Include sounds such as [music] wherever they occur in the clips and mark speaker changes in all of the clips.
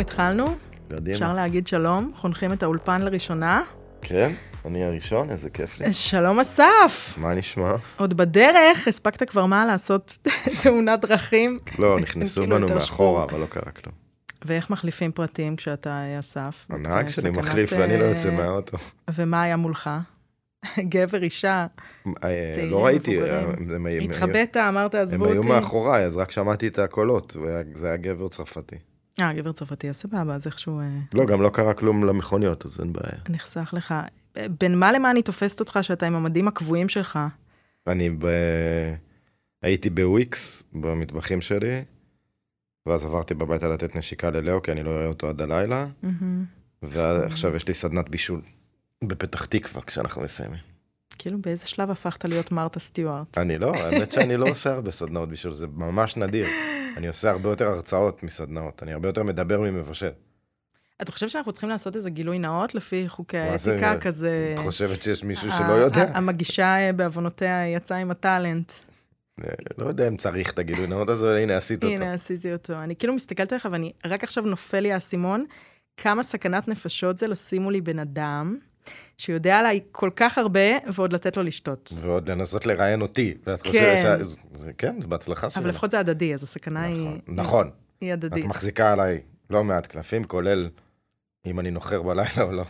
Speaker 1: התחלנו. אפשר
Speaker 2: קדימה.
Speaker 1: להגיד שלום, חונכים את האולפן לראשונה.
Speaker 2: כן? אני הראשון, איזה כיף לי.
Speaker 1: שלום אסף,
Speaker 2: מה נשמע?
Speaker 1: עוד בדרך, הספקת כבר מה לעשות [laughs] תאונת דרכים.
Speaker 2: לא, נכנסו
Speaker 1: כאילו
Speaker 2: בנו
Speaker 1: יותר
Speaker 2: מאחורה,
Speaker 1: שחור.
Speaker 2: אבל לא קרה כלום.
Speaker 1: ואיך מחליפים פרטים כשאתה אה, אסף?
Speaker 2: הנהג
Speaker 1: זה
Speaker 2: שאני
Speaker 1: סכנת,
Speaker 2: מחליף ואני לא
Speaker 1: אה,
Speaker 2: יוצא מהאוטו.
Speaker 1: ומה היה מולך? [laughs] גבר, אישה,
Speaker 2: אה,
Speaker 1: צעירים,
Speaker 2: לא ראיתי,
Speaker 1: מבוגרים.
Speaker 2: הם- הם היו-
Speaker 1: התחבאת, אמרת
Speaker 2: הם
Speaker 1: עזבו
Speaker 2: היו
Speaker 1: אותי.
Speaker 2: מאחוריי, אז רק שמעתי את הקולות, הוא היה- זה היה גבר צרפתי.
Speaker 1: אה, גבר צרפתי, אז סבבה, אז איכשהו אה,
Speaker 2: לא, גם לא קרה כלום למכוניות, אז אין בעיה.
Speaker 1: נחסך לך. ב- בין מה למה אני תופסת אותך שאתה עם המדים הקבועים שלך?
Speaker 2: אני ב... הייתי בוויקס, במטבחים שלי, ואז עברתי בביתה לתת נשיקה ללאו, כי אני לא אראה אותו עד הלילה,
Speaker 1: מהמם.
Speaker 2: ועכשיו יש לי סדנת בישול בפתח תקווה כשאנחנו מסיימים.
Speaker 1: כאילו באיזה שלב הפכת להיות מרתה סטיוארט?
Speaker 2: אני לא, האמת שאני לא עושה הרבה סדנאות בישול, זה ממש נדיר. אני עושה הרבה יותר הרצאות מסדנאות, אני הרבה יותר מדבר ממבשל.
Speaker 1: אתה חושב שאנחנו צריכים לעשות איזה גילוי נאות לפי חוקי
Speaker 2: מה זה?
Speaker 1: האתיקה כזה?
Speaker 2: את חושבת שיש מישהו
Speaker 1: ה-
Speaker 2: שלא יודע?
Speaker 1: ה- המגישה אה, בעוונותיה יצאה עם הטאלנט.
Speaker 2: אה, לא יודע אם צריך את הגילוי נאות הזה, אבל הנה עשית אותו.
Speaker 1: הנה, עשיתי אותו. אני כאילו מסתכלת עליך ואני, רק עכשיו נופל לי האסימון, כמה סכנת נפשות זה לשימו לי בן אדם שיודע עליי כל כך הרבה ועוד לתת לו לשתות.
Speaker 2: ועוד לנסות לראיין אותי. ואת
Speaker 1: כן.
Speaker 2: חושבת שה- זה- זה- כן, זה בהצלחה שלי.
Speaker 1: אבל לפחות זה הדדי, אז הסכנה היא...
Speaker 2: נכון, נכון,
Speaker 1: היא
Speaker 2: את
Speaker 1: הדדית.
Speaker 2: מחזיקה עליי לא מעט קלפים, כולל אם אני נוחר בלילה או לא.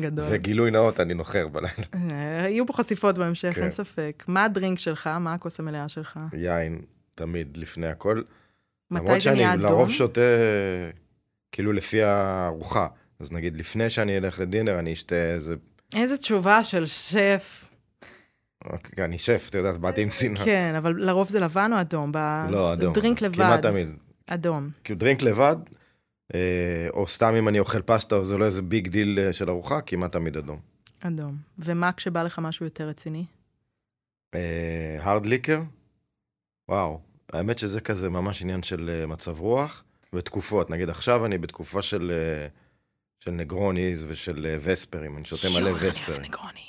Speaker 1: גדול.
Speaker 2: וגילוי נאות, אני נוחר בלילה.
Speaker 1: אה, יהיו פה חשיפות בהמשך,
Speaker 2: כן.
Speaker 1: אין ספק. מה הדרינק שלך? מה הכוס המלאה שלך?
Speaker 2: יין, תמיד, לפני הכל.
Speaker 1: מתי
Speaker 2: למרות
Speaker 1: זה
Speaker 2: שאני
Speaker 1: נהיה אדום?
Speaker 2: לרוב שותה, כאילו לפי הארוחה. אז נגיד, לפני שאני אלך לדינר, אני אשתה איזה...
Speaker 1: איזה תשובה של שף.
Speaker 2: אוקיי, אני שף, את יודעת, באתי עם שנאה.
Speaker 1: כן, אבל לרוב זה לבן או אדום? ב-
Speaker 2: אה. [laughs] לא, אדום.
Speaker 1: כן, דרינק לבד.
Speaker 2: כמעט תמיד.
Speaker 1: אדום.
Speaker 2: כאילו דרינק לבד, אה, או סתם אם אני אוכל פסטה, או זה לא איזה ביג דיל אה, של ארוחה, כמעט תמיד אדום.
Speaker 1: אדום. ומה כשבא לך משהו יותר רציני?
Speaker 2: הארד ליקר, אה, וואו, האמת שזה כזה ממש עניין של אה, מצב רוח ותקופות. נגיד עכשיו אני בתקופה של, אה, של נגרוניז ושל אה, וספרים, אני שותה מלא
Speaker 1: יואו, איך אני אוהבת
Speaker 2: וספרים.
Speaker 1: נגרוני.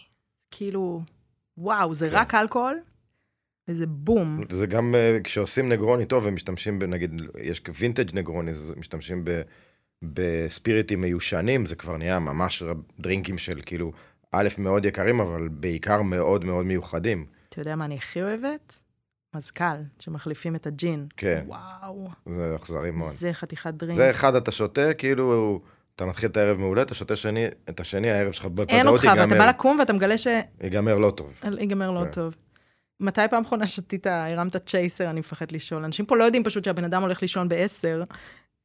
Speaker 1: כאילו, וואו, זה
Speaker 2: כן.
Speaker 1: רק אלכוהול? וזה בום.
Speaker 2: זה גם אה, כשעושים נגרוני טוב, הם משתמשים, ב- נגיד, יש וינטג' נגרוני, אז משתמשים ב, בספיריטים מיושנים, זה כבר נהיה ממש רב- דרינקים של כאילו, א', מאוד יקרים, אבל בעיקר מאוד מאוד מיוחדים.
Speaker 1: אתה יודע מה אני הכי אוהבת? מזכ"ל, שמחליפים את הג'ין.
Speaker 2: כן.
Speaker 1: וואו,
Speaker 2: זה אכזרי מאוד.
Speaker 1: זה חתיכת דרינק.
Speaker 2: זה אחד, אתה שותה, כאילו, אתה מתחיל את הערב מעולה, אתה שותה שני, את השני, הערב שלך
Speaker 1: אין
Speaker 2: בוודאות
Speaker 1: אותך, ואתה בא
Speaker 2: ייגמר,
Speaker 1: לקום ואתה מגלה ש...
Speaker 2: ייגמר לא טוב.
Speaker 1: אל- ייגמר לא
Speaker 2: כן.
Speaker 1: טוב. מתי פעם אחרונה שתית, הרמת צ'ייסר, אני מפחד לשאול. אנשים פה לא יודעים פשוט שהבן אדם הולך לישון בעשר,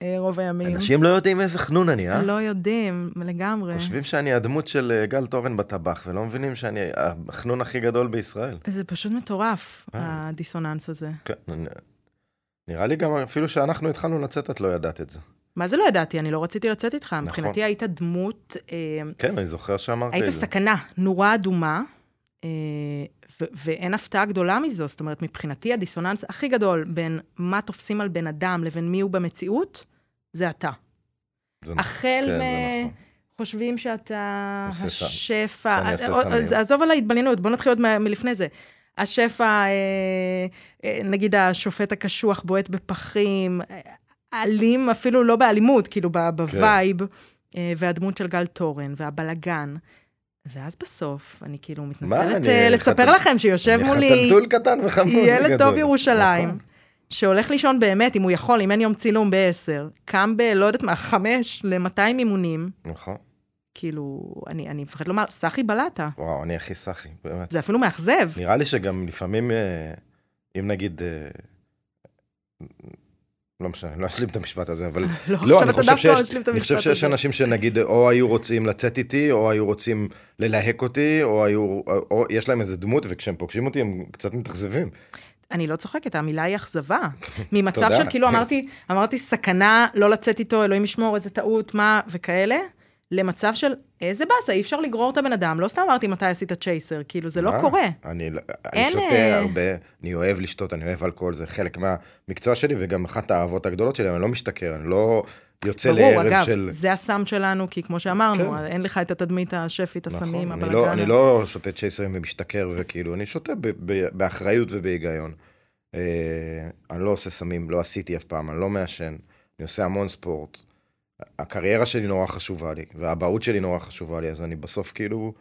Speaker 1: אה, רוב הימים.
Speaker 2: אנשים לא יודעים איזה חנון אני, אה?
Speaker 1: לא יודעים, לגמרי.
Speaker 2: חושבים שאני הדמות של אה, גל תורן בטבח, ולא מבינים שאני אה, החנון הכי גדול בישראל.
Speaker 1: זה פשוט מטורף,
Speaker 2: אה.
Speaker 1: הדיסוננס הזה.
Speaker 2: כן, אני- נראה לי גם אפילו שאנחנו התחלנו לצאת, את לא ידעת את זה.
Speaker 1: מה זה לא ידעתי? אני לא רציתי לצאת איתך.
Speaker 2: נכון.
Speaker 1: מבחינתי היית דמות, אה,
Speaker 2: כן, אני זוכר שאמרת
Speaker 1: היית
Speaker 2: את זה.
Speaker 1: סכנה, נורה אדומה, אה, ו- ואין הפתעה גדולה מזו. זאת אומרת, מבחינתי הדיסוננס הכי גדול בין מה תופסים על בן אדם לבין מי הוא במציאות, זה אתה.
Speaker 2: זה נכון.
Speaker 1: החל
Speaker 2: כן,
Speaker 1: מ...
Speaker 2: זה נכון.
Speaker 1: חושבים שאתה
Speaker 2: עושה סם.
Speaker 1: השפע,
Speaker 2: שאני אעשה
Speaker 1: או-
Speaker 2: סמים.
Speaker 1: אז עזוב על ההתבליינות, בוא נתחיל עוד מה- מלפני זה. השפע, אה, אה, נגיד השופט הקשוח בועט בפחים, אה, אלים אפילו לא באלימות, כאילו ב-
Speaker 2: כן.
Speaker 1: בווייב, אה, והדמות של גל תורן, והבלגן. ואז בסוף, אני כאילו מתנצלת
Speaker 2: אני-
Speaker 1: אה, לספר
Speaker 2: חתול-
Speaker 1: לכם שיושב
Speaker 2: אני
Speaker 1: מולי
Speaker 2: חתלתול קטן וחמוד.
Speaker 1: [laughs] ילד
Speaker 2: וגדול.
Speaker 1: טוב ירושלים,
Speaker 2: נכון.
Speaker 1: שהולך לישון באמת, אם הוא יכול, אם אין יום צילום ב-10, קם ב, לא יודעת מה, 5 ל-200 אימונים,
Speaker 2: נכון.
Speaker 1: כאילו, אני, אני מפחד לומר, סחי בלטה.
Speaker 2: וואו, אני הכי סאחי, באמת.
Speaker 1: זה אפילו מאכזב.
Speaker 2: נראה לי שגם לפעמים, אה, אם נגיד, אה, לא משנה, אני לא אשלים את המשפט הזה,
Speaker 1: [laughs]
Speaker 2: אבל... לא,
Speaker 1: עכשיו
Speaker 2: אני
Speaker 1: אתה
Speaker 2: חושב
Speaker 1: דווקא
Speaker 2: שיש,
Speaker 1: משלים את
Speaker 2: אני חושב
Speaker 1: המשפט
Speaker 2: שיש
Speaker 1: הזה.
Speaker 2: אנשים שנגיד אה, או היו רוצים לצאת איתי, או היו רוצים ללהק אותי, או היו, או- או יש להם איזה דמות, וכשהם פוגשים אותי הם קצת מתאכזבים.
Speaker 1: אני לא צוחקת, המילה היא אכזבה. ממצב
Speaker 2: תודה.
Speaker 1: של כאילו אמרתי, אמרתי סכנה, לא לצאת איתו, אלוהים ישמור, איזה טעות, מה, וכאלה, למצב של איזה באסה, אי אפשר לגרור את הבן אדם. לא סתם אמרתי מתי עשית צ'ייסר, כאילו, זה לא
Speaker 2: מה?
Speaker 1: קורה.
Speaker 2: אני, לא- אני
Speaker 1: אין,
Speaker 2: שותה
Speaker 1: אה,
Speaker 2: הרבה, אני אוהב לשתות, אני אוהב אלכוהול, זה חלק מהמקצוע שלי, וגם אחת האהבות הגדולות שלי, אני לא משתכר, אני לא יוצא
Speaker 1: ברור,
Speaker 2: לערב
Speaker 1: אגב,
Speaker 2: של...
Speaker 1: זה הסם שלנו, כי כמו שאמרנו,
Speaker 2: כן.
Speaker 1: אין לך את התדמית השפית, הסמים,
Speaker 2: אני
Speaker 1: הבלגן.
Speaker 2: לא, אני לא שותה צ'ייסרים ומשתכר וכאילו, אני שותה ב, ב, באחריות ובהיגיון. אה, אני לא עושה סמים, לא עשיתי אף פעם, אני לא מעשן, אני עושה המון ספורט. הקריירה שלי נורא חשובה לי, והאבהות שלי נורא חשובה לי, אז אני בסוף כאילו...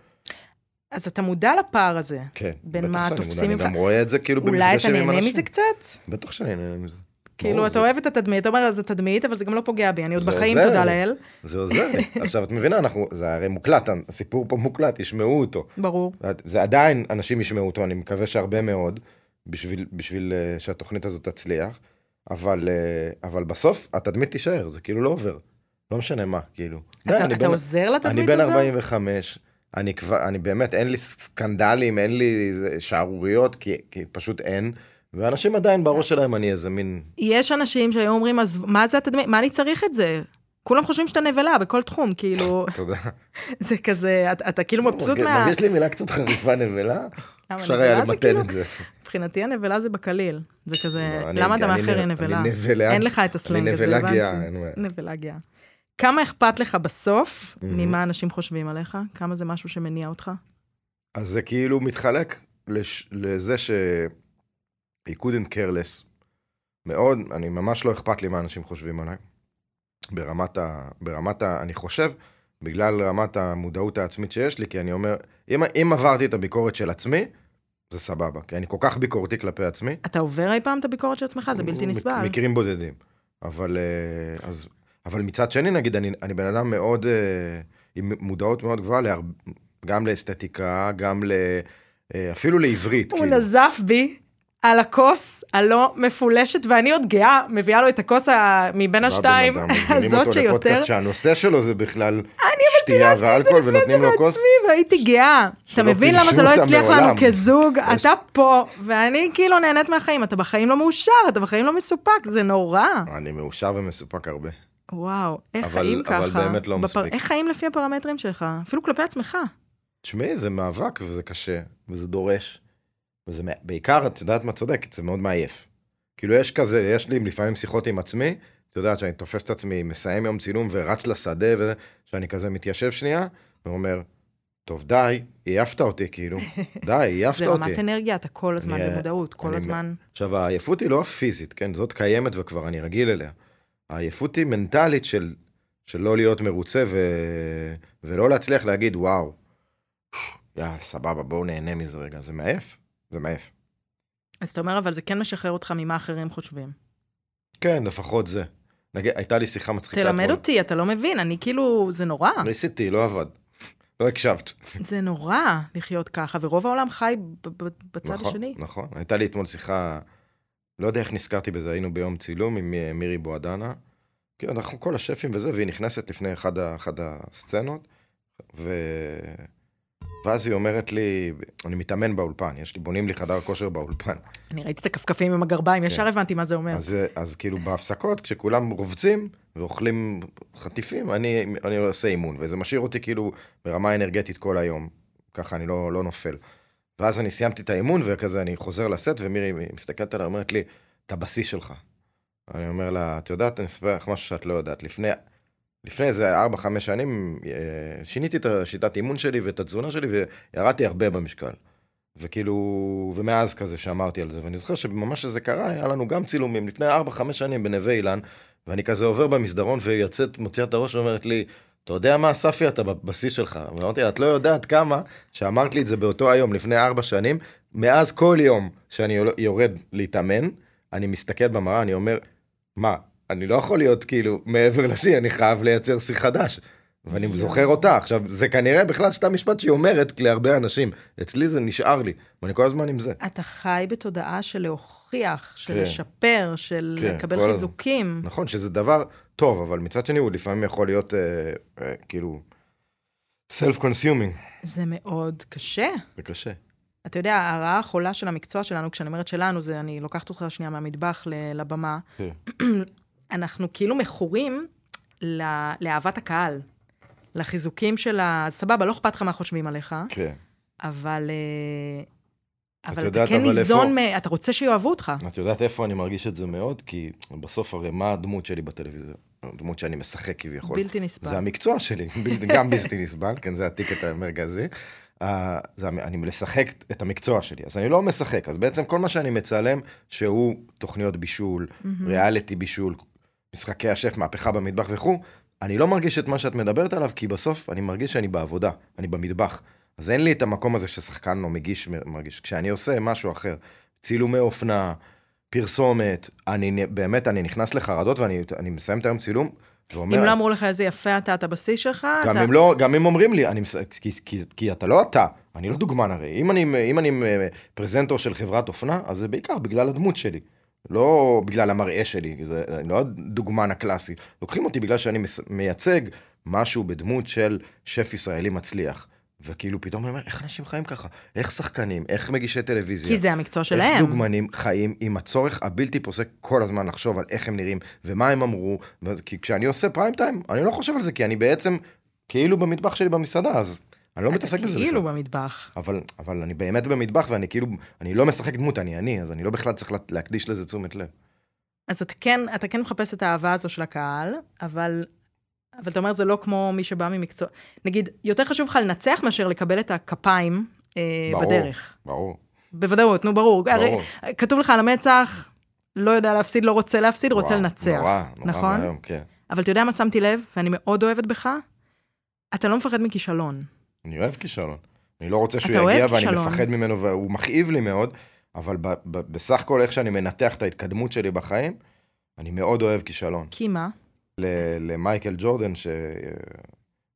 Speaker 1: אז אתה מודע לפער הזה.
Speaker 2: כן.
Speaker 1: בין
Speaker 2: בטח
Speaker 1: מה
Speaker 2: שאני
Speaker 1: תופסים
Speaker 2: מודע,
Speaker 1: ממך.
Speaker 2: אני גם רואה את זה כאילו
Speaker 1: אולי אתה
Speaker 2: במפגשים עם אנשים.
Speaker 1: נהנה מזה קצת?
Speaker 2: בטח שאני נהנה מזה.
Speaker 1: כאילו,
Speaker 2: ברור,
Speaker 1: אתה
Speaker 2: זה-
Speaker 1: אוהב את התדמית, אתה אומר, אז זה תדמית, אבל זה גם לא פוגע בי, אני עוד
Speaker 2: זה
Speaker 1: בחיים,
Speaker 2: עוזר.
Speaker 1: תודה לאל.
Speaker 2: זה עוזר לי. [laughs] עכשיו, את מבינה, אנחנו, זה הרי מוקלט, הסיפור פה מוקלט, ישמעו אותו.
Speaker 1: ברור.
Speaker 2: זה עדיין, אנשים ישמעו אותו, אני מקווה שהרבה מאוד, בשביל, בשביל אה, שהתוכנית הזאת תצליח, אבל, אה, אבל בסוף התדמית תישאר, זה כאילו לא עובר. לא משנה מה, כאילו. די,
Speaker 1: אתה
Speaker 2: אני
Speaker 1: אתה
Speaker 2: בן-
Speaker 1: עוזר
Speaker 2: אני
Speaker 1: לתדמית
Speaker 2: בן
Speaker 1: הזו?
Speaker 2: 45, אני כבר, אני באמת, אין לי סקנדלים, אין לי זה- שערוריות, כי, כי פשוט אין, ואנשים עדיין בראש שלהם אני איזה מין...
Speaker 1: יש אנשים שהיו אומרים, אז מה זה התדמית? מה אני צריך את זה? כולם חושבים שאתה נבלה בכל תחום, כאילו, [laughs]
Speaker 2: תודה.
Speaker 1: זה כזה, אתה, אתה כאילו מבסוט
Speaker 2: מרגיש-
Speaker 1: מה...
Speaker 2: מרגיש אוקיי, לי מילה קצת חריפה נבלה,
Speaker 1: למה,
Speaker 2: אפשר היה
Speaker 1: נבלה זה
Speaker 2: למתן
Speaker 1: כאילו-
Speaker 2: את זה.
Speaker 1: מבחינתי הנבלה זה בקליל. זה כזה,
Speaker 2: לא, אני-
Speaker 1: למה אתה
Speaker 2: אני
Speaker 1: מאחר
Speaker 2: נב-
Speaker 1: היא נבלה?
Speaker 2: אני נבלה.
Speaker 1: אין לך את הסלנג הזה,
Speaker 2: נבלה
Speaker 1: הבנתי.
Speaker 2: גאה, אין בעיה.
Speaker 1: נבלה גאה. כמה אכפת לך בסוף
Speaker 2: מהמם.
Speaker 1: ממה אנשים חושבים עליך? כמה זה משהו שמניע אותך?
Speaker 2: אז זה כאילו מתחלק לש, לזה ש... he couldn't care less. מאוד, אני ממש לא אכפת לי מה אנשים חושבים עליי. ברמת ה... ברמת ה... אני חושב, בגלל רמת המודעות העצמית שיש לי, כי אני אומר, אם, אם עברתי את הביקורת של עצמי, זה סבבה, כי אני כל כך ביקורתי כלפי עצמי.
Speaker 1: אתה עובר אי פעם את הביקורת של עצמך? אה, זה בלתי
Speaker 2: מק-
Speaker 1: נסבל.
Speaker 2: מקרים בודדים. אבל, אה, אז, אבל מצד שני, נגיד, אני, אני בן אדם מאוד, אה, עם מודעות מאוד גבוהה, להר... גם לאסתטיקה, גם ל... אה, אפילו לעברית. כאילו.
Speaker 1: הוא נזף בי על הכוס הלא מפולשת, ואני עוד גאה, מביאה לו את הכוס ה- מבין
Speaker 2: בא
Speaker 1: השתיים
Speaker 2: בן אדם, מזמינים
Speaker 1: הזאת
Speaker 2: אותו
Speaker 1: שיותר...
Speaker 2: לפודקאסט שהנושא שלו זה בכלל שתייה ואלכוהול, ונותנים לו כוס.
Speaker 1: עצמי והייתי גאה. אתה
Speaker 2: שלא
Speaker 1: מבין למה
Speaker 2: פילשו
Speaker 1: זה לא
Speaker 2: אותם
Speaker 1: הצליח לנו
Speaker 2: מעולם.
Speaker 1: כזוג?
Speaker 2: יש-
Speaker 1: אתה פה, ואני כאילו נהנית מהחיים. אתה בחיים לא מאושר, אתה בחיים לא מסופק, זה נורא.
Speaker 2: אני מאושר ומסופק הרבה.
Speaker 1: וואו, איך
Speaker 2: אבל-
Speaker 1: חיים ככה?
Speaker 2: אבל באמת לא מספיק.
Speaker 1: איך חיים לפי הפרמטרים שלך? אפילו כלפי עצמך.
Speaker 2: תשמעי, זה מאבק וזה קשה, וזה דורש. וזה מא- בעיקר, את יודעת מה צודקת, זה מאוד מעייף. כאילו יש כזה, יש לי לפעמים שיחות עם עצמי, את יודעת שאני תופס את עצמי, מסיים יום צילום ורץ לשדה, וזה, שאני כזה מתיישב שנייה, ואומר, טוב די, עייפת אותי,
Speaker 1: [laughs]
Speaker 2: כאילו, די, עייפת
Speaker 1: זה
Speaker 2: אותי.
Speaker 1: רמת אנרגיה, אתה כל הזמן
Speaker 2: אני-
Speaker 1: במודעות, כל
Speaker 2: אני-
Speaker 1: הזמן.
Speaker 2: עכשיו, העייפות היא לא הפיזית, כן? זאת קיימת וכבר אני רגיל אליה. העייפות היא מנטלית של, של לא להיות מרוצה ו... ולא להצליח להגיד, וואו, יאללה, סבבה, בואו נהנה מזה רגע. זה מעייף, זה מעייף.
Speaker 1: אז אתה אומר, אבל זה כן משחרר אותך ממה אחרים חושבים.
Speaker 2: כן, לפחות זה. נגיד, הייתה לי שיחה מצחיקה.
Speaker 1: תלמד
Speaker 2: אתמול.
Speaker 1: אותי, אתה לא מבין, אני כאילו, זה נורא.
Speaker 2: ניסיתי, לא עבד. לא הקשבת.
Speaker 1: זה נורא לחיות ככה, ורוב העולם חי ב- ב- בצד
Speaker 2: נכון,
Speaker 1: השני.
Speaker 2: נכון. הייתה לי אתמול שיחה, לא יודע איך נזכרתי בזה, היינו ביום צילום עם אה, מירי בועדנה. כן, אנחנו כל השפים וזה, והיא נכנסת לפני אחד, ה- אחד הסצנות, ו... ואז היא אומרת לי, אני מתאמן באולפן, יש לי, בונים לי חדר כושר באולפן.
Speaker 1: אני ראיתי את הכפכפים עם הגרביים, ישר הבנתי מה זה אומר.
Speaker 2: כן. אז, אה, אז כאילו בהפסקות, כשכולם רובצים ואוכלים חטיפים, אני, אני עושה אימון, וזה משאיר אותי כאילו ברמה אנרגטית כל היום. ככה אני לא, לא נופל. ואז אני סיימתי את האימון, וכזה אני חוזר לסט, ומירי מסתכלת עליי, אומרת לי, אתה בשיא שלך. אני אומר לה, את יודעת, אני אספר לך משהו שאת לא יודעת. לפני, לפני איזה 4-5 שנים, אה, שיניתי את השיטת אימון שלי ואת התזונה שלי, וירדתי הרבה במשקל. וכאילו, ומאז כזה שאמרתי על זה, ואני זוכר שממש שזה קרה, היה לנו גם צילומים לפני 4-5 שנים בנווה אילן, ואני כזה עובר במסדרון והיא יוצאת, מוציאה את הראש ואומרת לי, אתה יודע מה, ספי, אתה בשיא שלך. ואמרתי לה, את לא יודעת כמה שאמרת לי את זה באותו היום, לפני 4 שנים, מאז כל יום שאני יורד להתאמן, אני מסתכל במראה, אני אומר, מה, אני לא יכול להיות כאילו מעבר לשיא, אני חייב לייצר שיא חדש. ואני זוכר אותה. עכשיו, זה כנראה בכלל סתם משפט שהיא אומרת להרבה אנשים. אצלי זה נשאר לי, ואני כל הזמן עם זה.
Speaker 1: אתה חי בתודעה של להוכיח, של
Speaker 2: כן.
Speaker 1: לשפר, של
Speaker 2: כן, כל
Speaker 1: לקבל
Speaker 2: הזמן.
Speaker 1: חיזוקים.
Speaker 2: נכון, שזה דבר טוב, אבל מצד שני הוא לפעמים יכול להיות אה, אה, כאילו self consuming.
Speaker 1: זה מאוד קשה.
Speaker 2: זה קשה.
Speaker 1: אתה יודע, הרעה החולה של המקצוע שלנו, כשאני אומרת שלנו, זה אני לוקחת אותך שנייה מהמטבח ל- לבמה.
Speaker 2: כן.
Speaker 1: אנחנו כאילו מכורים ל- לאהבת הקהל, לחיזוקים של ה... סבבה, לא אכפת לך מה חושבים עליך,
Speaker 2: כן.
Speaker 1: אבל... אה, אבל אתה
Speaker 2: יודעת,
Speaker 1: כן
Speaker 2: אבל
Speaker 1: ניזון,
Speaker 2: איפה-
Speaker 1: מ... אתה רוצה שיאהבו אותך.
Speaker 2: את יודעת איפה אני מרגיש את זה מאוד? כי בסוף הרי מה הדמות שלי בטלוויזיה? הדמות שאני משחק כביכול.
Speaker 1: בלתי נסבל.
Speaker 2: נכון. זה המקצוע שלי, [laughs] בלתי- גם בלתי נסבל, כן, זה הטיקט המרכזי. אה, זה, המ- אני לשחק את המקצוע שלי, אז אני לא משחק, אז בעצם כל מה שאני מצלם, שהוא תוכניות בישול, ריאליטי בישול, משחקי השף, מהפכה במטבח וכו', אני לא מרגיש את מה שאת מדברת עליו, כי בסוף אני מרגיש שאני בעבודה, אני במטבח. אז אין לי את המקום הזה ששחקן או מגיש מרגיש. כשאני עושה משהו אחר, צילומי אופנה, פרסומת, אני באמת, אני נכנס לחרדות ואני אני מסיים את היום צילום, ואומר...
Speaker 1: אם לא אמרו לך איזה יפה אתה, אתה בשיא שלך,
Speaker 2: גם
Speaker 1: אתה...
Speaker 2: אם לא, גם אם אומרים לי, אני, מס- כי, כי, כי אתה לא אתה, אני לא דוגמן הרי. אם אני, אם אני אה, פרזנטור של חברת אופנה, אז זה בעיקר בגלל הדמות שלי. לא בגלל המראה שלי, זה אני לא הדוגמן הקלאסי. לוקחים אותי בגלל שאני מס- מייצג משהו בדמות של שף ישראלי מצליח. וכאילו פתאום אני אומר, איך אנשים חיים ככה? איך שחקנים? איך מגישי טלוויזיה?
Speaker 1: כי זה המקצוע
Speaker 2: איך
Speaker 1: שלהם.
Speaker 2: דוגמנים חיים עם הצורך הבלתי פוסק כל הזמן לחשוב על איך הם נראים ומה הם אמרו, ו- כי כשאני עושה פריים טיים, אני לא חושב על זה, כי אני בעצם כאילו במטבח שלי במסעדה, אז אני לא
Speaker 1: אתה
Speaker 2: מתעסק בזה
Speaker 1: כאילו
Speaker 2: בכלל.
Speaker 1: במטבח.
Speaker 2: אבל, אבל אני באמת במטבח ואני כאילו, אני לא משחק דמות, אני אני, אז אני לא בכלל צריך לה- להקדיש לזה תשומת לב.
Speaker 1: אז אתה כן, אתה כן מחפש את האהבה הזו של הקהל, אבל, אבל אתה אומר, זה לא כמו מי שבא ממקצוע... נגיד, יותר חשוב לך לנצח מאשר לקבל את הכפיים אה,
Speaker 2: ברור.
Speaker 1: בדרך.
Speaker 2: ברור.
Speaker 1: בוודאות, נו, ברור.
Speaker 2: ברור.
Speaker 1: הרי, כתוב לך על המצח, לא יודע להפסיד, לא רוצה להפסיד, רוצה
Speaker 2: וואו,
Speaker 1: לנצח.
Speaker 2: נורא, נורא
Speaker 1: נכון?
Speaker 2: ואיום, כן.
Speaker 1: אבל אתה יודע מה שמתי לב, ואני מאוד אוהבת בך? אתה לא מפחד מכישלון.
Speaker 2: אני אוהב כישלון. אני לא רוצה
Speaker 1: אתה
Speaker 2: שהוא
Speaker 1: אוהב
Speaker 2: יגיע ואני
Speaker 1: כישלון.
Speaker 2: מפחד ממנו והוא מכאיב לי מאוד, אבל ב- ב- בסך הכל איך שאני מנתח את ההתקדמות שלי בחיים, אני מאוד אוהב כישלון.
Speaker 1: כי מה?
Speaker 2: ל- למייקל ג'ורדן, ש...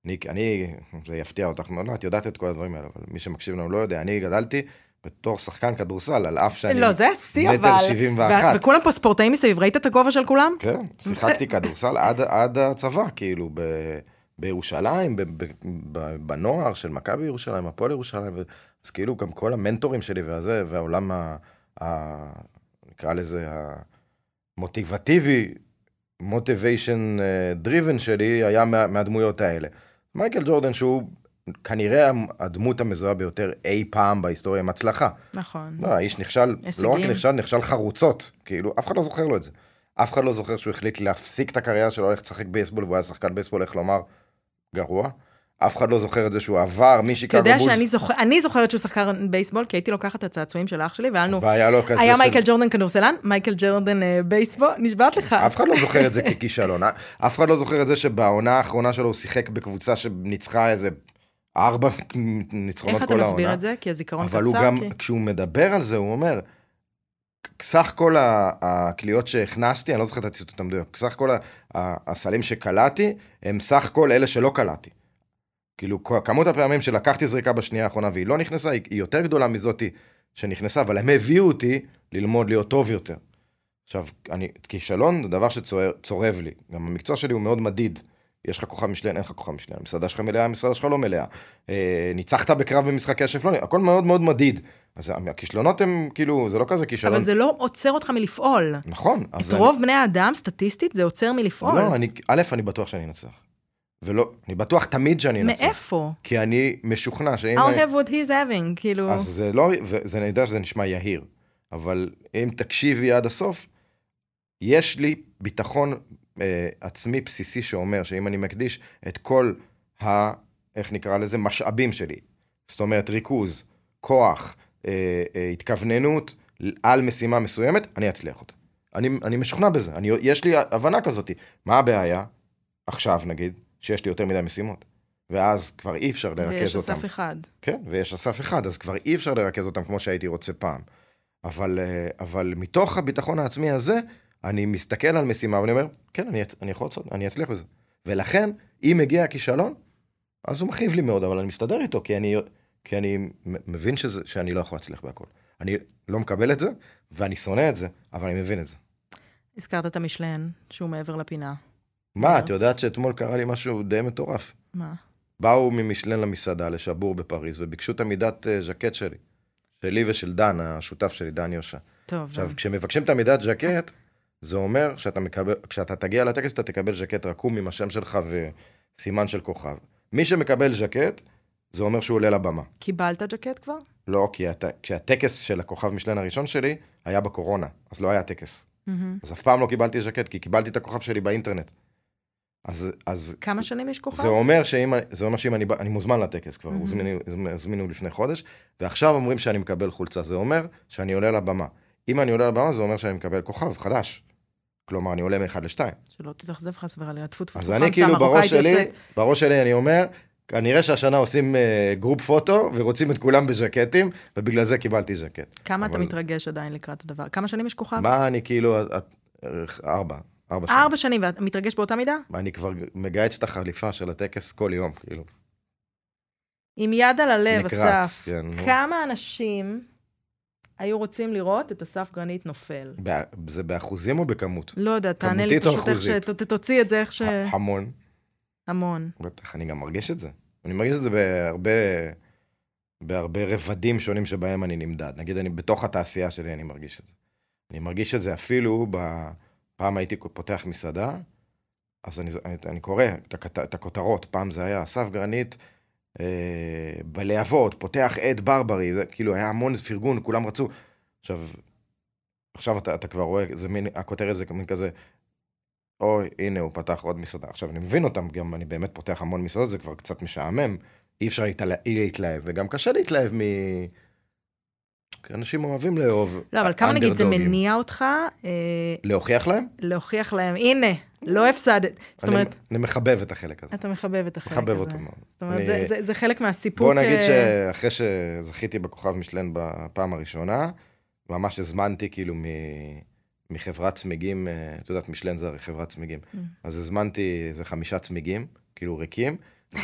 Speaker 2: אני, אני, זה יפתיע אותך מאוד, לא, את יודעת את כל הדברים האלה, אבל מי שמקשיב לנו לא יודע, אני גדלתי בתור שחקן כדורסל, על אף שאני...
Speaker 1: לא, זה השיא
Speaker 2: מטר
Speaker 1: אבל.
Speaker 2: שבעים ואחת.
Speaker 1: ו- וכולם פה ספורטאים מסביב, ראית את הגובה של כולם?
Speaker 2: כן, שיחקתי כדורסל עד, עד הצבא, כאילו, ב, בירושלים, ב, ב, ב, בנוער של מכבי ירושלים, הפועל ירושלים, ו- אז כאילו גם כל המנטורים שלי והזה, והעולם ה... ה נקרא לזה המוטיבטיבי, מוטיביישן דריבן שלי, היה מה, מהדמויות האלה. מייקל ג'ורדן, שהוא כנראה הדמות המזוהה ביותר אי פעם בהיסטוריה עם הצלחה.
Speaker 1: נכון.
Speaker 2: לא, האיש נכשל, לא
Speaker 1: הישגים.
Speaker 2: רק נכשל, נכשל חרוצות. כאילו, אף אחד לא זוכר לו את זה. אף אחד לא זוכר שהוא החליט להפסיק את הקריירה שלו, הולך לשחק בייסבול, והוא היה שחקן בייסבול, איך לומר, גרוע. אף אחד לא זוכר את זה שהוא עבר
Speaker 1: אתה
Speaker 2: משיקגו
Speaker 1: יודע
Speaker 2: בולס,
Speaker 1: שאני זוכ... אני זוכרת שהוא שחקן בייסבול, כי הייתי לוקחת את הצעצועים של אח שלי, והיה לנו...
Speaker 2: והיה לו כזה
Speaker 1: היה
Speaker 2: של-
Speaker 1: מייקל ג'ורדן כדורסלן, מייקל ג'ורדן אה, בייסבול, נשבעת לך.
Speaker 2: אף אחד לא זוכר
Speaker 1: [laughs]
Speaker 2: את זה ככישלון. [laughs] אף אחד לא זוכר את זה שבעונה האחרונה שלו הוא שיחק בקבוצה שניצחה איזה ארבע ניצחונות
Speaker 1: איך
Speaker 2: כל
Speaker 1: אתה
Speaker 2: העונה.
Speaker 1: מסביר את זה? כי הזיכרון קצר?
Speaker 2: אבל הוא גם,
Speaker 1: כי-
Speaker 2: כשהוא מדבר על זה, הוא אומר, סך כל ה- הקליעות שהכנסתי, אני לא זוכר את הציטוט המדויק, סך כל ה- ה- הסלים שקלעתי, הם סך כל אלה שלא קלעתי. כאילו, כ- כמות הפעמים שלקחתי זריקה בשנייה האחרונה והיא לא נכנסה, היא היא יותר גדולה מזאתי שנכנסה, אבל הם הביאו אותי ללמוד להיות טוב יותר. עכשיו, אני, כישלון זה דבר שצורב לי. גם המקצוע שלי הוא מאוד מדיד. יש לך כוכב משלן, אין לך כוכב משלן, המסעדה שלך מלאה, המסעדה שלך לא מלאה. אה, ניצחת בקרב במשחקי השף, לא, הכל מאוד מאוד מדיד. אז הכישלונות הם כאילו, זה לא כזה כישלון.
Speaker 1: אבל זה לא עוצר אותך מלפעול.
Speaker 2: נכון. אז
Speaker 1: את
Speaker 2: אני-
Speaker 1: רוב בני האדם, סטטיסטית, זה עוצר מלפעול.
Speaker 2: לא, אני, א', אני בטוח שאני אנצח. ולא, אני בטוח תמיד שאני אנצח.
Speaker 1: מאיפה? אה, אוקיי.
Speaker 2: כי אני משוכנע שאם...
Speaker 1: I'll
Speaker 2: אני-
Speaker 1: have what he's having, כאילו...
Speaker 2: אז זה לא, וזה, אני יודע שזה נשמע יהיר, אבל אם תקשיבי עד הסוף, יש לי ביטחון אה, עצמי בסיסי שאומר שאם אני מקדיש את כל ה... איך נקרא לזה? משאבים שלי. זאת אומרת, ריכוז, כוח, אה, אה, התכווננות על משימה מסוימת, אני אצליח אותה. אני, אני משוכנע בזה, אני, יש לי הבנה כזאת. מה הבעיה עכשיו, נגיד, שיש לי יותר מדי משימות? ואז כבר אי אפשר לרכז
Speaker 1: ויש
Speaker 2: אותם.
Speaker 1: אסף אחד.
Speaker 2: כן, ויש אסף אחד, אז כבר אי אפשר לרכז אותם כמו שהייתי רוצה פעם. אבל, אה, אבל מתוך הביטחון העצמי הזה, אני מסתכל על משימה ואני אומר, כן, אני, אצ- אני יכול לעשות, אני אצליח בזה. ולכן, אם מגיע הכישלון, אז הוא מכאיב לי מאוד, אבל אני מסתדר איתו, כי אני, כי אני מ- מבין שזה, שאני לא יכול להצליח בהכל. אני לא מקבל את זה, ואני שונא את זה, אבל אני מבין את זה.
Speaker 1: הזכרת את המשלן, שהוא מעבר לפינה.
Speaker 2: מה, את
Speaker 1: מרץ.
Speaker 2: יודעת שאתמול קרה לי משהו די מטורף.
Speaker 1: מה?
Speaker 2: באו ממשלן למסעדה, לשבור בפריז, וביקשו את המידת אה, ז'קט שלי. שלי ושל דן, השותף שלי, דן יושע.
Speaker 1: טוב.
Speaker 2: עכשיו, כשמבקשים את המידת ז'קט, זה אומר שאתה מקבל, כשאתה תגיע לטקס, אתה תקבל ז'קט רקום עם השם שלך וסימן של כוכב. מי שמקבל ז'קט, זה אומר שהוא עולה לבמה.
Speaker 1: קיבלת ג'קט כבר?
Speaker 2: לא, כי הת... כשהטקס של הכוכב משלן הראשון שלי היה בקורונה, אז לא היה טקס.
Speaker 1: מהמם.
Speaker 2: אז אף פעם לא קיבלתי ז'קט, כי קיבלתי את הכוכב שלי באינטרנט. אז, אז
Speaker 1: כמה שנים יש כוכב?
Speaker 2: זה אומר שאם, זה אומר שאם אני, בא- אני מוזמן לטקס כבר,
Speaker 1: מהמם.
Speaker 2: הוזמינו, הוזמינו לפני חודש, ועכשיו אומרים שאני מקבל חולצה, זה אומר שאני עולה לבמה. אם אני עולה לבמה, זה אומר שאני מקבל כוכב חדש. כלומר, אני עולה מ-1 ל-2.
Speaker 1: שלא תתאכזב חס וחלילה, טפו טפו.
Speaker 2: אז
Speaker 1: טפו,
Speaker 2: אני
Speaker 1: חמסה
Speaker 2: כאילו בראש
Speaker 1: המרוקאית
Speaker 2: שלי,
Speaker 1: יוצאת.
Speaker 2: בראש שלי אני אומר, כנראה שהשנה עושים אה, גרופ פוטו ורוצים את כולם בז'קטים, ובגלל זה קיבלתי ז'קט.
Speaker 1: כמה אתה
Speaker 2: אבל-
Speaker 1: מתרגש עדיין לקראת הדבר? כמה שנים יש כוכב?
Speaker 2: מה אני כאילו, אה, אה, ארבע, ארבע שנים.
Speaker 1: ארבע שנים, ואתה מתרגש באותה מידה?
Speaker 2: אני כבר מגהץ את החליפה של הטקס כל יום, כאילו.
Speaker 1: עם יד על הלב,
Speaker 2: לקראת,
Speaker 1: אסף.
Speaker 2: כן, נו.
Speaker 1: כמה אנשים היו רוצים לראות את אסף גרנית נופל?
Speaker 2: בא- זה באחוזים או בכמות?
Speaker 1: לא יודע, תענה לי
Speaker 2: כמותית או
Speaker 1: פשוט איך ש...
Speaker 2: אחוזית?
Speaker 1: ת- תוציא את זה איך ש...
Speaker 2: ה- המון.
Speaker 1: המון.
Speaker 2: בטח, אני גם מרגיש את זה. אני מרגיש את זה בהרבה, בהרבה רבדים שונים שבהם אני נמדד. נגיד, אני בתוך התעשייה שלי אני מרגיש את זה. אני מרגיש את זה אפילו, ב... פעם הייתי פותח מסעדה, אז אני, אני, אני קורא את, הכת, את הכותרות, פעם זה היה אסף גרנית אה, בלהבות, פותח עד ברברי, זה כאילו היה המון פרגון, כולם רצו. עכשיו, עכשיו אתה, אתה כבר רואה, זה מין, הכותרת זה מין כזה, אוי, הנה הוא פתח עוד מסעדה. עכשיו, אני מבין אותם, גם אני באמת פותח המון מסעדות, זה כבר קצת משעמם. אי אפשר להתעלה- להתלהב, וגם קשה להתלהב מ... כי אנשים אוהבים לאהוב
Speaker 1: לא, אבל כמה נגיד זה
Speaker 2: אנדרדוגים.
Speaker 1: מניע אותך אה,
Speaker 2: להוכיח להם?
Speaker 1: להוכיח להם, הנה, לא הפסדת. זאת
Speaker 2: Mm. אני-
Speaker 1: אומרת,
Speaker 2: אני מחבב את החלק הזה.
Speaker 1: אתה מחבב את החלק הזה.
Speaker 2: מחבב אותו מאוד.
Speaker 1: זאת אומרת,
Speaker 2: אני-
Speaker 1: זה- זה- זה חלק מהסיפוק.
Speaker 2: בוא נגיד
Speaker 1: אה,
Speaker 2: שאחרי שזכיתי בכוכב משלן בפעם הראשונה, ממש הזמנתי כאילו מ... מחברת צמיגים, אה, את יודעת, משלן זה הרי חברת צמיגים.
Speaker 1: Mm.
Speaker 2: אז הזמנתי איזה חמישה צמיגים, כאילו ריקים,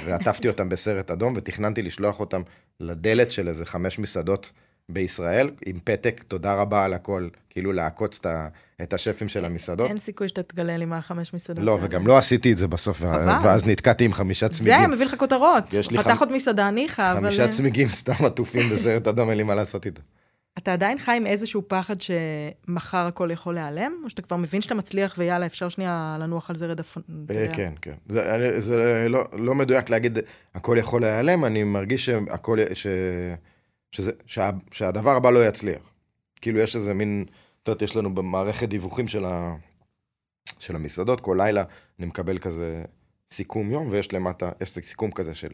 Speaker 2: ועטפתי אותם בסרט אדום, ותכננתי לשלוח אותם לדלת של איזה חמש מסעדות בישראל, עם פתק, תודה רבה על הכל, כאילו לעקוץ את ה- את השפים של המסעדות.
Speaker 1: אין סיכוי שאתה תגלה לי מה החמש מסעדות.
Speaker 2: לא,
Speaker 1: האלה.
Speaker 2: וגם לא עשיתי את זה בסוף,
Speaker 1: חבל.
Speaker 2: ואז נתקעתי עם חמישה
Speaker 1: זה היה
Speaker 2: צמיגים.
Speaker 1: מביא לך כותרות.
Speaker 2: יש לי
Speaker 1: פתח
Speaker 2: חמ-
Speaker 1: עוד מסעדה, ניחא, אבל...
Speaker 2: חמישה
Speaker 1: אה,
Speaker 2: צמיגים [laughs] סתם עטופים בסרט אדום, אין לי מה לעשות איתם.
Speaker 1: אתה עדיין חי עם איזשהו פחד שמחר הכל יכול להיעלם? או שאתה כבר מבין שאתה מצליח ויאללה, אפשר שנייה לנוח על זרד הפונ... אתה
Speaker 2: אה,
Speaker 1: יודע.
Speaker 2: כן, כן. זה, אני- זה לא, לא מדויק להגיד, הכל יכול להיעלם, אני מרגיש שהכל, ש, שזה, שה, שהדבר הבא לא יצליח. כאילו, יש איזה מין, את יודעת, יש לנו במערכת דיווחים של, ה, של המסעדות, כל לילה אני מקבל כזה סיכום יום, ויש למטה, יש סיכום כזה של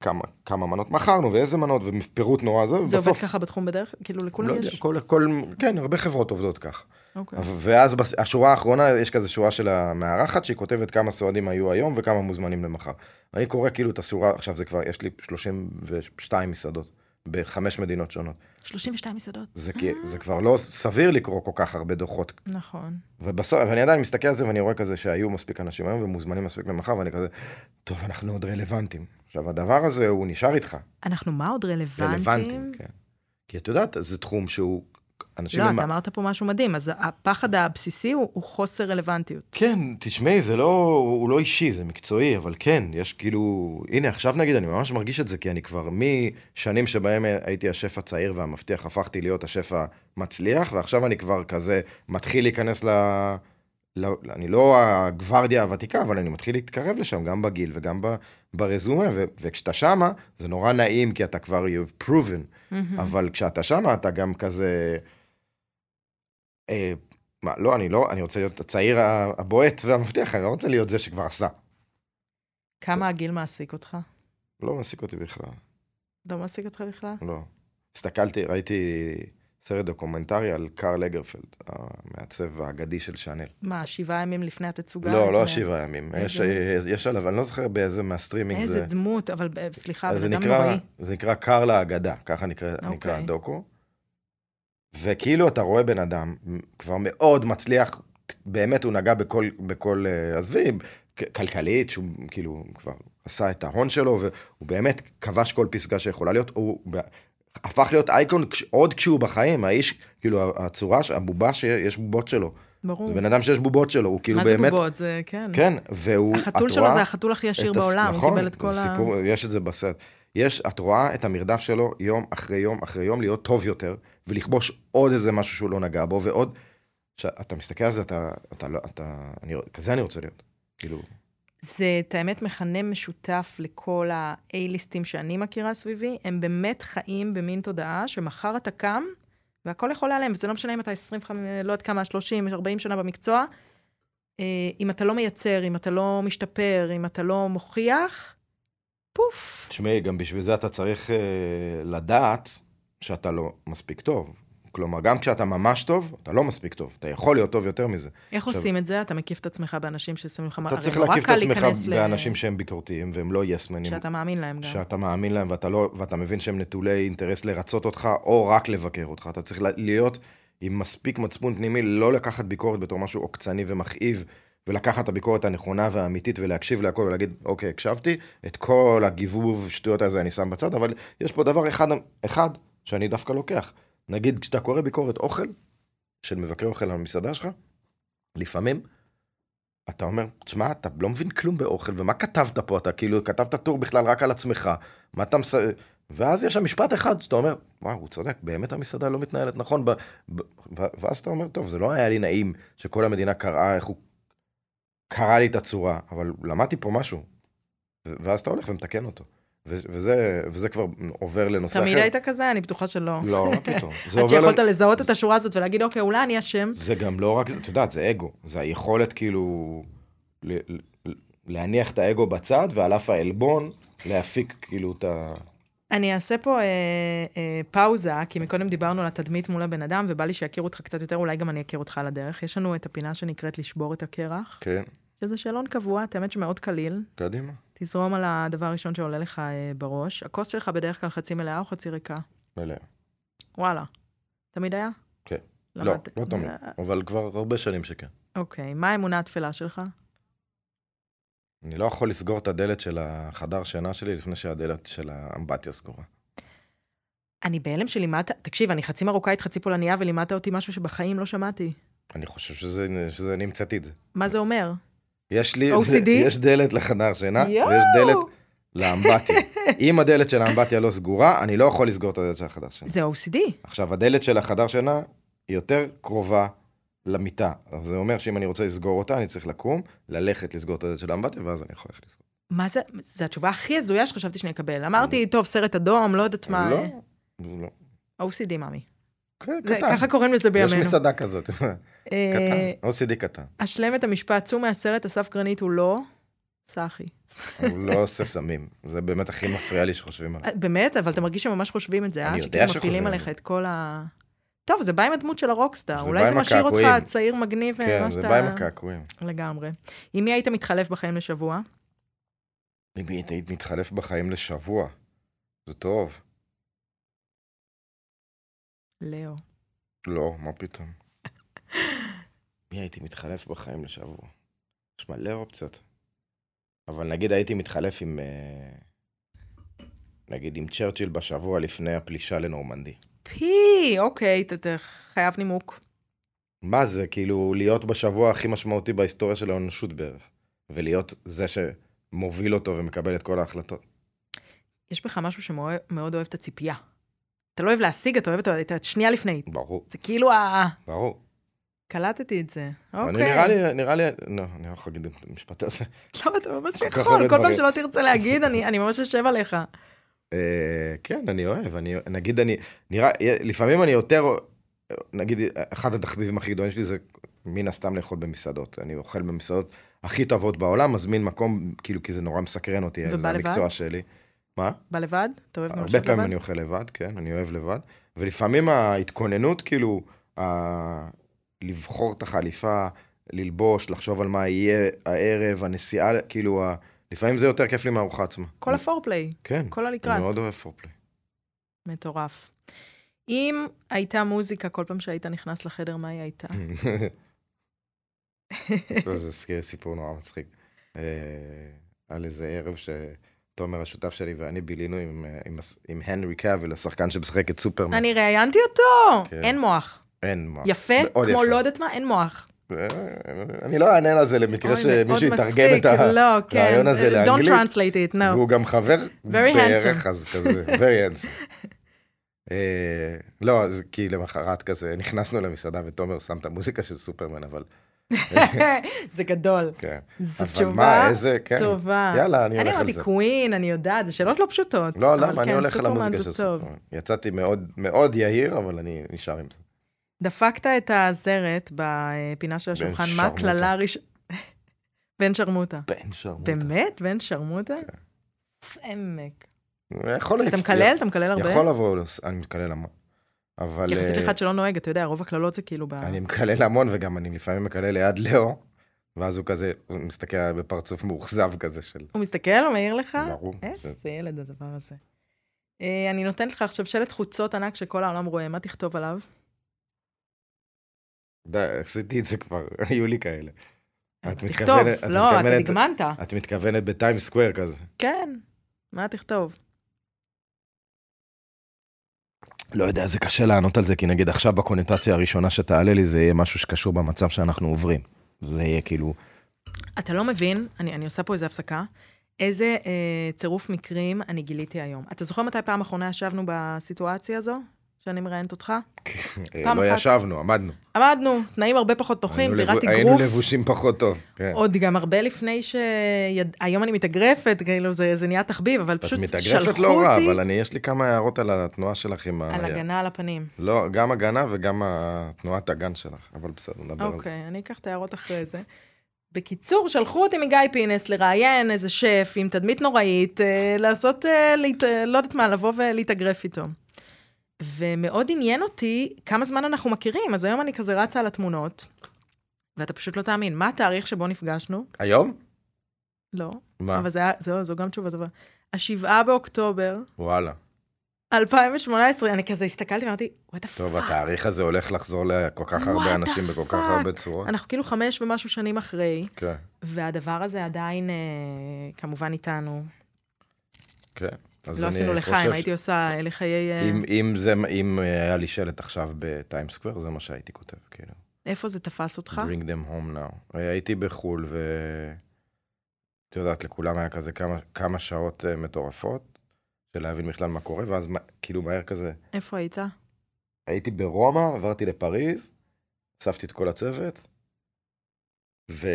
Speaker 2: כמה, כמה מנות מכרנו, ואיזה מנות, ופירוט נורא זה,
Speaker 1: זה עובד
Speaker 2: ובסוף...
Speaker 1: ככה בתחום בדרך? כאילו,
Speaker 2: לא
Speaker 1: לכולם
Speaker 2: יודע,
Speaker 1: יש?
Speaker 2: כל, כל, כן, הרבה חברות עובדות כך.
Speaker 1: אוקיי.
Speaker 2: ואז בס- השורה האחרונה, יש כזה שורה של המארחת, שהיא כותבת כמה סועדים היו היום וכמה מוזמנים למחר. אני קורא כאילו את השורה, עכשיו זה כבר, יש לי 32 מסעדות בחמש מדינות שונות.
Speaker 1: 32 מסעדות.
Speaker 2: זה, כי, זה כבר לא סביר לקרוא כל כך הרבה דוחות.
Speaker 1: נכון.
Speaker 2: ובסוף, ואני עדיין מסתכל על זה ואני רואה כזה שהיו מספיק אנשים היום ומוזמנים מספיק למחר, ואני כזה, טוב, אנחנו עוד רלוונטיים. עכשיו, הדבר הזה, הוא נשאר איתך.
Speaker 1: אנחנו מה עוד רלוונטיים?
Speaker 2: רלוונטיים, כן. כי את יודעת, זה תחום שהוא... אנשים
Speaker 1: לא,
Speaker 2: הם-
Speaker 1: אתה אמרת פה משהו מדהים, אז הפחד הבסיסי הוא הוא חוסר רלוונטיות.
Speaker 2: כן, תשמעי, זה לא, הוא לא אישי, זה מקצועי, אבל כן, יש כאילו, הנה עכשיו נגיד, אני ממש מרגיש את זה, כי אני כבר משנים שבהם הייתי השף הצעיר והמבטיח, הפכתי להיות השף המצליח, ועכשיו אני כבר כזה מתחיל להיכנס ל... ל... אני לא הגוורדיה הוותיקה, אבל אני מתחיל להתקרב לשם, גם בגיל וגם ב... ברזומה, ו... וכשאתה שמה, זה נורא נעים, כי אתה כבר, you've proven.
Speaker 1: Mm-hmm.
Speaker 2: אבל כשאתה שמה, אתה גם כזה... אה, מה, לא, אני לא, אני רוצה להיות הצעיר ה- הבועט והמבטיח, אני לא רוצה להיות זה שכבר עשה.
Speaker 1: כמה הגיל מעסיק אותך?
Speaker 2: לא מעסיק אותי בכלל,
Speaker 1: לא מעסיק אותך בכלל?
Speaker 2: לא. הסתכלתי, ראיתי סרט דוקומנטרי על קארל אגרפלד, המעצב האגדי של שאנל.
Speaker 1: מה, שבעה ימים לפני התצוגה?
Speaker 2: לא,
Speaker 1: אז
Speaker 2: לא
Speaker 1: מה-
Speaker 2: השבעה ימים.
Speaker 1: איזה-
Speaker 2: יש- אה, יש עליו, אני לא זוכר באיזה מהסטרימינג זה.
Speaker 1: איזה דמות, אבל אה, סליחה,
Speaker 2: אז זה
Speaker 1: בן אדם
Speaker 2: נקרא,
Speaker 1: נוראי.
Speaker 2: זה נקרא קרלה האגדה, ככה נקרא, okay.
Speaker 1: אוקיי.
Speaker 2: נקרא הדוקו. וכאילו אתה רואה בן אדם כבר מאוד מצליח, באמת הוא נגע בכל, בכל אה, עזבי, כ- כלכלית, שהוא כאילו כבר עשה את ההון שלו, והוא באמת כבש כל פסגה שיכולה להיות, הוא ב- הפך להיות אייקון כש- עוד כשהוא בחיים, האיש, כאילו הצורה, ש- הבובה שיש בובות שלו,
Speaker 1: ברור.
Speaker 2: זה בן אדם שיש בובות שלו, הוא כאילו
Speaker 1: מה זה
Speaker 2: באמת,
Speaker 1: בובות? זה, כן.
Speaker 2: כן, והוא,
Speaker 1: החתול
Speaker 2: את
Speaker 1: שלו
Speaker 2: רואה-
Speaker 1: זה החתול הכי עשיר
Speaker 2: את הס-
Speaker 1: בעולם, הוא
Speaker 2: נכון,
Speaker 1: קיבל את כל
Speaker 2: זה
Speaker 1: ה...
Speaker 2: סיפור, יש את זה בסרט. יש, את רואה את המרדף שלו יום אחרי יום אחרי יום להיות טוב יותר, ולכבוש עוד איזה משהו שהוא לא נגע בו, ועוד... כשאתה מסתכל על זה, אתה, אתה לא, אתה, אני, כזה אני רוצה להיות. כאילו,
Speaker 1: זה, את האמת, מכנה משותף לכל ה-A-ליסטים שאני מכירה סביבי, הם באמת חיים במין תודעה שמחר אתה קם, והכל יכול להיעלם, וזה לא משנה אם אתה 25, לא יודעת כמה, 30, 40 שנה במקצוע, אה, אם אתה לא מייצר, אם אתה לא משתפר, אם אתה לא מוכיח, פוף.
Speaker 2: תשמעי, גם בשביל זה אתה צריך אה, לדעת שאתה לא מספיק טוב. כלומר, גם כשאתה ממש טוב, אתה לא מספיק טוב, אתה יכול להיות טוב יותר מזה.
Speaker 1: איך
Speaker 2: עכשיו-
Speaker 1: עושים את זה? אתה מקיף את עצמך באנשים ששמים לך...
Speaker 2: אתה
Speaker 1: הרי
Speaker 2: צריך
Speaker 1: נורא
Speaker 2: להקיף את
Speaker 1: קל
Speaker 2: עצמך
Speaker 1: להיכנס ל-
Speaker 2: באנשים שהם ביקורתיים, והם לא יסמנים,
Speaker 1: שאתה מאמין להם גם.
Speaker 2: שאתה מאמין להם ואתה, לא, ואתה מבין שהם נטולי אינטרס לרצות אותך, או רק לבקר אותך. אתה צריך להיות עם מספיק מצפון פנימי, לא לקחת ביקורת בתור משהו עוקצני ומכאיב, ולקחת את הביקורת הנכונה והאמיתית, ולהקשיב להכל, ולהגיד, אוקיי, הקשבתי, את כל הגיבוב שטויות הזה אני שם בצד, אבל יש פה דבר אחד, אחד שאני דווקא לוקח. נגיד, כשאתה קורא ביקורת אוכל, של מבקרי אוכל על המסעדה שלך, לפעמים אתה אומר, תשמע, אתה לא מבין כלום באוכל, ומה כתבת פה? אתה כאילו, כתבת טור בכלל רק על עצמך, מה אתה מס... ואז יש שם משפט אחד שאתה אומר, וואו, הוא צודק, באמת המסעדה לא מתנהלת נכון. ב... ב... ו... ואז אתה אומר, טוב, זה לא היה לי נעים שכל המדינה קראה איך הוא... קרא לי את הצורה, אבל למדתי פה משהו. ו... ואז אתה הולך ומתקן אותו. ו... וזה... וזה כבר עובר לנושא
Speaker 1: תמיד
Speaker 2: אחר.
Speaker 1: היית כזה? אני בטוחה שלא.
Speaker 2: לא, מה פתאום. זה
Speaker 1: עד
Speaker 2: עובר...
Speaker 1: שיכולת
Speaker 2: לנ-
Speaker 1: לזהות את השורה הזאת ולהגיד, אוקיי, אולי אני אשם.
Speaker 2: זה גם לא רק זה, את יודעת, זה אגו. זה היכולת כאילו ל- ל- להניח את האגו בצד, ועל אף העלבון, להפיק כאילו את ה...
Speaker 1: אני אעשה פה אה, אה, פאוזה, כי מקודם דיברנו על התדמית מול הבן אדם, ובא לי שיכירו אותך קצת יותר, אולי גם אני אכיר אותך על הדרך. יש לנו את הפינה שנקראת לשבור את הקרח,
Speaker 2: כן,
Speaker 1: שזה שאלון קבוע, את האמת שמאוד קליל,
Speaker 2: קדימה.
Speaker 1: תזרום על הדבר הראשון שעולה לך אה, בראש. הכוס שלך בדרך כלל חצי מלאה או חצי ריקה?
Speaker 2: מלאה.
Speaker 1: וואלה. תמיד היה?
Speaker 2: כן. לא,
Speaker 1: למדת-
Speaker 2: לא תמיד,
Speaker 1: אה,
Speaker 2: אבל כבר הרבה שנים שכן.
Speaker 1: אוקיי, מה האמונה התפלה שלך?
Speaker 2: אני לא יכול לסגור את הדלת של החדר שינה שלי לפני שהדלת של האמבטיה סגורה.
Speaker 1: אני בהלם שלימדת, תקשיב, אני חצי מרוקאית, חצי פולניה, ולימדת אותי משהו שבחיים לא שמעתי.
Speaker 2: אני חושב שזה, שזה אני המצאתי את זה.
Speaker 1: מה זה אומר?
Speaker 2: יש לי,
Speaker 1: OCD?
Speaker 2: [laughs] יש דלת לחדר שינה,
Speaker 1: יואו!
Speaker 2: ויש דלת לאמבטיה. אם הדלת של האמבטיה לא סגורה, אני לא יכול לסגור את הדלת של החדר שינה.
Speaker 1: זה OCD.
Speaker 2: עכשיו, הדלת של החדר שינה היא יותר קרובה למיטה. אז זה אומר שאם אני רוצה לסגור אותה, אני צריך לקום, ללכת לסגור את הדלת של האמבטיה, ואז אני יכול ללכת לסגור.
Speaker 1: מה זה? זו התשובה הכי הזויה שחשבתי שאני אקבל. אמרתי, טוב, סרט אדום, לא יודעת מה.
Speaker 2: לא, לא.
Speaker 1: OCD, מאמי.
Speaker 2: כן,
Speaker 1: זה-
Speaker 2: קטן.
Speaker 1: ככה קוראים לזה
Speaker 2: יש
Speaker 1: בימינו.
Speaker 2: מסעדה כזאת.
Speaker 1: אה,
Speaker 2: [laughs] קטן. OCD קטן.
Speaker 1: השלם את המשפט, צאו מהסרט, אסף גרנית הוא לא סאחי.
Speaker 2: הוא לא עושה סמים. זה באמת הכי מפריע לי שחושבים עליו.
Speaker 1: באמת? אבל אתה מרגיש שממש חושבים את זה,
Speaker 2: אני
Speaker 1: אה?
Speaker 2: יודע
Speaker 1: שכאילו
Speaker 2: שחושבים
Speaker 1: מפילים
Speaker 2: על זה.
Speaker 1: עליך את כל ה... טוב, זה בא עם הדמות של הרוקסטאר.
Speaker 2: זה
Speaker 1: אולי
Speaker 2: בא
Speaker 1: זה
Speaker 2: עם
Speaker 1: משאיר אותך
Speaker 2: הקעקועים.
Speaker 1: צעיר מגניב.
Speaker 2: כן,
Speaker 1: ומה
Speaker 2: זה
Speaker 1: שאתה-
Speaker 2: בא עם הקעקועים.
Speaker 1: לגמרי. עם מי היית מתחלף בחיים לשבוע?
Speaker 2: ביבי, היית מתחלף בחיים לשבוע. זה טוב.
Speaker 1: לאו.
Speaker 2: לא, מה פתאום. מי הייתי מתחלף בחיים לשבוע? יש מלא אופציות. אבל נגיד הייתי מתחלף עם... אה, נגיד עם צ'רצ'יל בשבוע לפני הפלישה לנורמנדי.
Speaker 1: פי, אוקיי, אתה- אתה חייב נימוק.
Speaker 2: מה זה, כאילו, להיות בשבוע הכי משמעותי בהיסטוריה של האנושות בערך. ולהיות זה שמוביל אותו ומקבל את כל ההחלטות.
Speaker 1: יש בך משהו שמאוד אוהב את הציפייה. אתה לא אוהב להשיג, אתה אוהב את ה- את השנייה לפני.
Speaker 2: ברור,
Speaker 1: זה כאילו ה...
Speaker 2: ברור.
Speaker 1: קלטתי את זה.
Speaker 2: Okay.
Speaker 1: אוקיי.
Speaker 2: אני נראה לי, נראה לי, לא, אני לא יכול להגיד את המשפט הזה.
Speaker 1: [laughs] לא, אתה ממש
Speaker 2: כך
Speaker 1: יכול,
Speaker 2: הרבה
Speaker 1: כל פעם
Speaker 2: דברים.
Speaker 1: שלא תרצה להגיד, אני אני ממש יושב עליך.
Speaker 2: אה, כן, אני אוהב, אני, נגיד אני, נראה, אה, לפעמים אני יותר, נגיד, אחד התחביבים הכי גדולים שלי זה מן הסתם לאכול במסעדות. אני אוכל במסעדות הכי טובות בעולם, מזמין מקום, כאילו, כי זה נורא מסקרן אותי,
Speaker 1: ובא
Speaker 2: זה
Speaker 1: לבד?
Speaker 2: המקצוע שלי. מה?
Speaker 1: בא לבד? אתה אוהב גם
Speaker 2: הרבה
Speaker 1: לשבת
Speaker 2: פעמים אני
Speaker 1: לבד?
Speaker 2: אוכל לבד, כן, אני אוהב לבד. ולפעמים ההתכוננות, כאילו, ה... לבחור את החליפה, ללבוש, לחשוב על מה יהיה הערב, הנסיעה, כאילו, ה... לפעמים זה יותר כיף לי מהארוחה עצמה.
Speaker 1: כל הפורפליי,
Speaker 2: כן,
Speaker 1: כל
Speaker 2: אני
Speaker 1: הלקראת.
Speaker 2: מאוד אוהב פורפלי.
Speaker 1: מטורף. אם הייתה מוזיקה כל פעם שהיית נכנס לחדר, מה היא הייתה?
Speaker 2: לא, זה הזכיר לי סיפור נורא מצחיק. אה, על איזה ערב שתומר השותף שלי ואני בילינו עם, אה, עם, הס- עם הנרי קאביל, השחקן שמשחק את סופרמן.
Speaker 1: אני ראיינתי אותו!
Speaker 2: כן.
Speaker 1: אין מוח.
Speaker 2: אין מה.
Speaker 1: יפה,
Speaker 2: מאוד
Speaker 1: כמו
Speaker 2: יפה.
Speaker 1: לא יודעת מה, אין מוח.
Speaker 2: אה, אני לא אענה על זה למקרה
Speaker 1: אוי, מאוד
Speaker 2: שמישהו יתרגם
Speaker 1: מצחיק,
Speaker 2: את ה...
Speaker 1: לא, כן.
Speaker 2: הרעיון הזה
Speaker 1: Don't
Speaker 2: לאנגלית,
Speaker 1: translate it, no.
Speaker 2: והוא גם חבר
Speaker 1: Very
Speaker 2: בערך,
Speaker 1: handsome.
Speaker 2: אז כזה, very handsome.
Speaker 1: [laughs]
Speaker 2: אה, לא, אז כי למחרת כזה נכנסנו למסעדה ותומר שם את המוזיקה של סופרמן, אבל
Speaker 1: [laughs] זה גדול.
Speaker 2: כן.
Speaker 1: זו
Speaker 2: אבל מה,
Speaker 1: תשובה
Speaker 2: איזה, כן.
Speaker 1: טובה.
Speaker 2: יאללה, אני
Speaker 1: אני
Speaker 2: הולך על
Speaker 1: אמרתי
Speaker 2: זה.
Speaker 1: קווין, אני יודעת, זה שאלות לא פשוטות.
Speaker 2: לא,
Speaker 1: אבל
Speaker 2: למה? אני
Speaker 1: כן,
Speaker 2: הולך על
Speaker 1: סופרמן
Speaker 2: המוזיקה
Speaker 1: זה
Speaker 2: של
Speaker 1: טוב.
Speaker 2: סופרמן. יצאתי מאוד מאוד יהיר, אבל אני נשאר עם זה.
Speaker 1: דפקת את הזרת בפינה של השולחן, מה
Speaker 2: שרמוטה.
Speaker 1: הקללה הראשונה? [laughs] בן שרמוטה.
Speaker 2: בן שרמוטה. כן. לא
Speaker 1: באמת? בן שרמוטה? סעמק.
Speaker 2: יכול
Speaker 1: אתה
Speaker 2: להפתיע.
Speaker 1: מקלל? אתה מקלל הרבה?
Speaker 2: יכול לבוא, לו- אני מקלל המון. אבל...
Speaker 1: כי יחסית
Speaker 2: אה,
Speaker 1: לאחד שלא נוהג, אתה יודע, רוב הקללות זה כאילו ב...
Speaker 2: אני מקלל המון, וגם אני לפעמים מקלל ליד לאו, ואז הוא כזה, הוא מסתכל עליי בפרצוף מאוכזב כזה של...
Speaker 1: הוא מסתכל, הוא מעיר לך?
Speaker 2: ברור. זה-
Speaker 1: אה, איזה ילד הדבר הזה. אה, אני נותנת לך עכשיו שלט חוצות ענק שכל העולם רואה, מה תכתוב עליו?
Speaker 2: די, עשיתי את זה כבר, [laughs] היו לי כאלה. את
Speaker 1: אה, תכתוב,
Speaker 2: מתכוונת- את
Speaker 1: לא, אתה
Speaker 2: מתכוונת-
Speaker 1: נגמנת.
Speaker 2: את מתכוונת בטיים סקוואר כזה.
Speaker 1: כן, מה תכתוב?
Speaker 2: לא יודע, זה קשה לענות על זה, כי נגיד עכשיו בקונוטציה הראשונה שתעלה לי, זה יהיה משהו שקשור במצב שאנחנו עוברים. זה יהיה כאילו...
Speaker 1: אתה לא מבין, אני, אני עושה פה איזו הפסקה, איזה אה, צירוף מקרים אני גיליתי היום. אתה זוכר מתי פעם אחרונה ישבנו בסיטואציה הזו, שאני מראיינת אותך?
Speaker 2: אה,
Speaker 1: פעם
Speaker 2: לא
Speaker 1: אחת-
Speaker 2: ישבנו, עמדנו.
Speaker 1: עמדנו, תנאים הרבה פחות נוחים,
Speaker 2: היינו
Speaker 1: זירת
Speaker 2: לבו-
Speaker 1: אגרוף.
Speaker 2: היינו לבושים פחות טוב. כן.
Speaker 1: עוד גם הרבה לפני ש... היום אני מתאגרפת, כאילו זה, זה נהיה תחביב, אבל
Speaker 2: את
Speaker 1: פשוט שלחו
Speaker 2: מתאגרפת
Speaker 1: אותי
Speaker 2: לא רע, אבל אני, יש לי כמה הערות על התנועה שלך עם ה...
Speaker 1: על הגנה על הפנים.
Speaker 2: לא, גם הגנה וגם ה- תנועת הגן שלך, אבל בסדר, נדבר על זה.
Speaker 1: אוקיי, אני אקח את ההערות אחרי זה. בקיצור, שלחו אותי מגיא פינס לראיין איזה שף עם תדמית נוראית, אה, לעשות, אה, להת... לא יודעת מה, לבוא ולהתאגרף איתו. ומאוד עניין אותי כמה זמן אנחנו מכירים, אז היום אני כזה רצה על התמונות, ואתה פשוט לא תאמין, מה התאריך שבו נפגשנו?
Speaker 2: היום?
Speaker 1: לא,
Speaker 2: מה?
Speaker 1: אבל זה היה, זו, זו גם תשובה טובה. השבעה באוקטובר
Speaker 2: וואלה.
Speaker 1: 2018, אני כזה הסתכלתי ואמרתי, וואטה
Speaker 2: טוב,
Speaker 1: פאק.
Speaker 2: התאריך הזה הולך לחזור לכל כך
Speaker 1: What
Speaker 2: הרבה
Speaker 1: the
Speaker 2: אנשים בכל כך
Speaker 1: fuck?
Speaker 2: הרבה צורות.
Speaker 1: אנחנו כאילו חמש ומשהו שנים אחרי.
Speaker 2: כן,
Speaker 1: והדבר הזה עדיין, אה, כמובן, איתנו.
Speaker 2: כן. אז
Speaker 1: לא
Speaker 2: אני
Speaker 1: עשינו
Speaker 2: חושב
Speaker 1: לחיים, הייתי עושה אה, לחיי... אה,
Speaker 2: אם, אם, זה, אם אה, היה לי שלט עכשיו בטיים סקוואר, זה מה שהייתי כותב, כאילו.
Speaker 1: איפה זה תפס אותך?
Speaker 2: Bring them home now. אה, הייתי בחו"ל, ו... את יודעת, לכולם היה כזה כמה, כמה שעות אה, מטורפות, של להבין בכלל מה קורה, ואז מה- כאילו מהר כזה,
Speaker 1: איפה היית?
Speaker 2: אה, הייתי ברומא, עברתי לפריז, אספתי את כל הצוות, ו...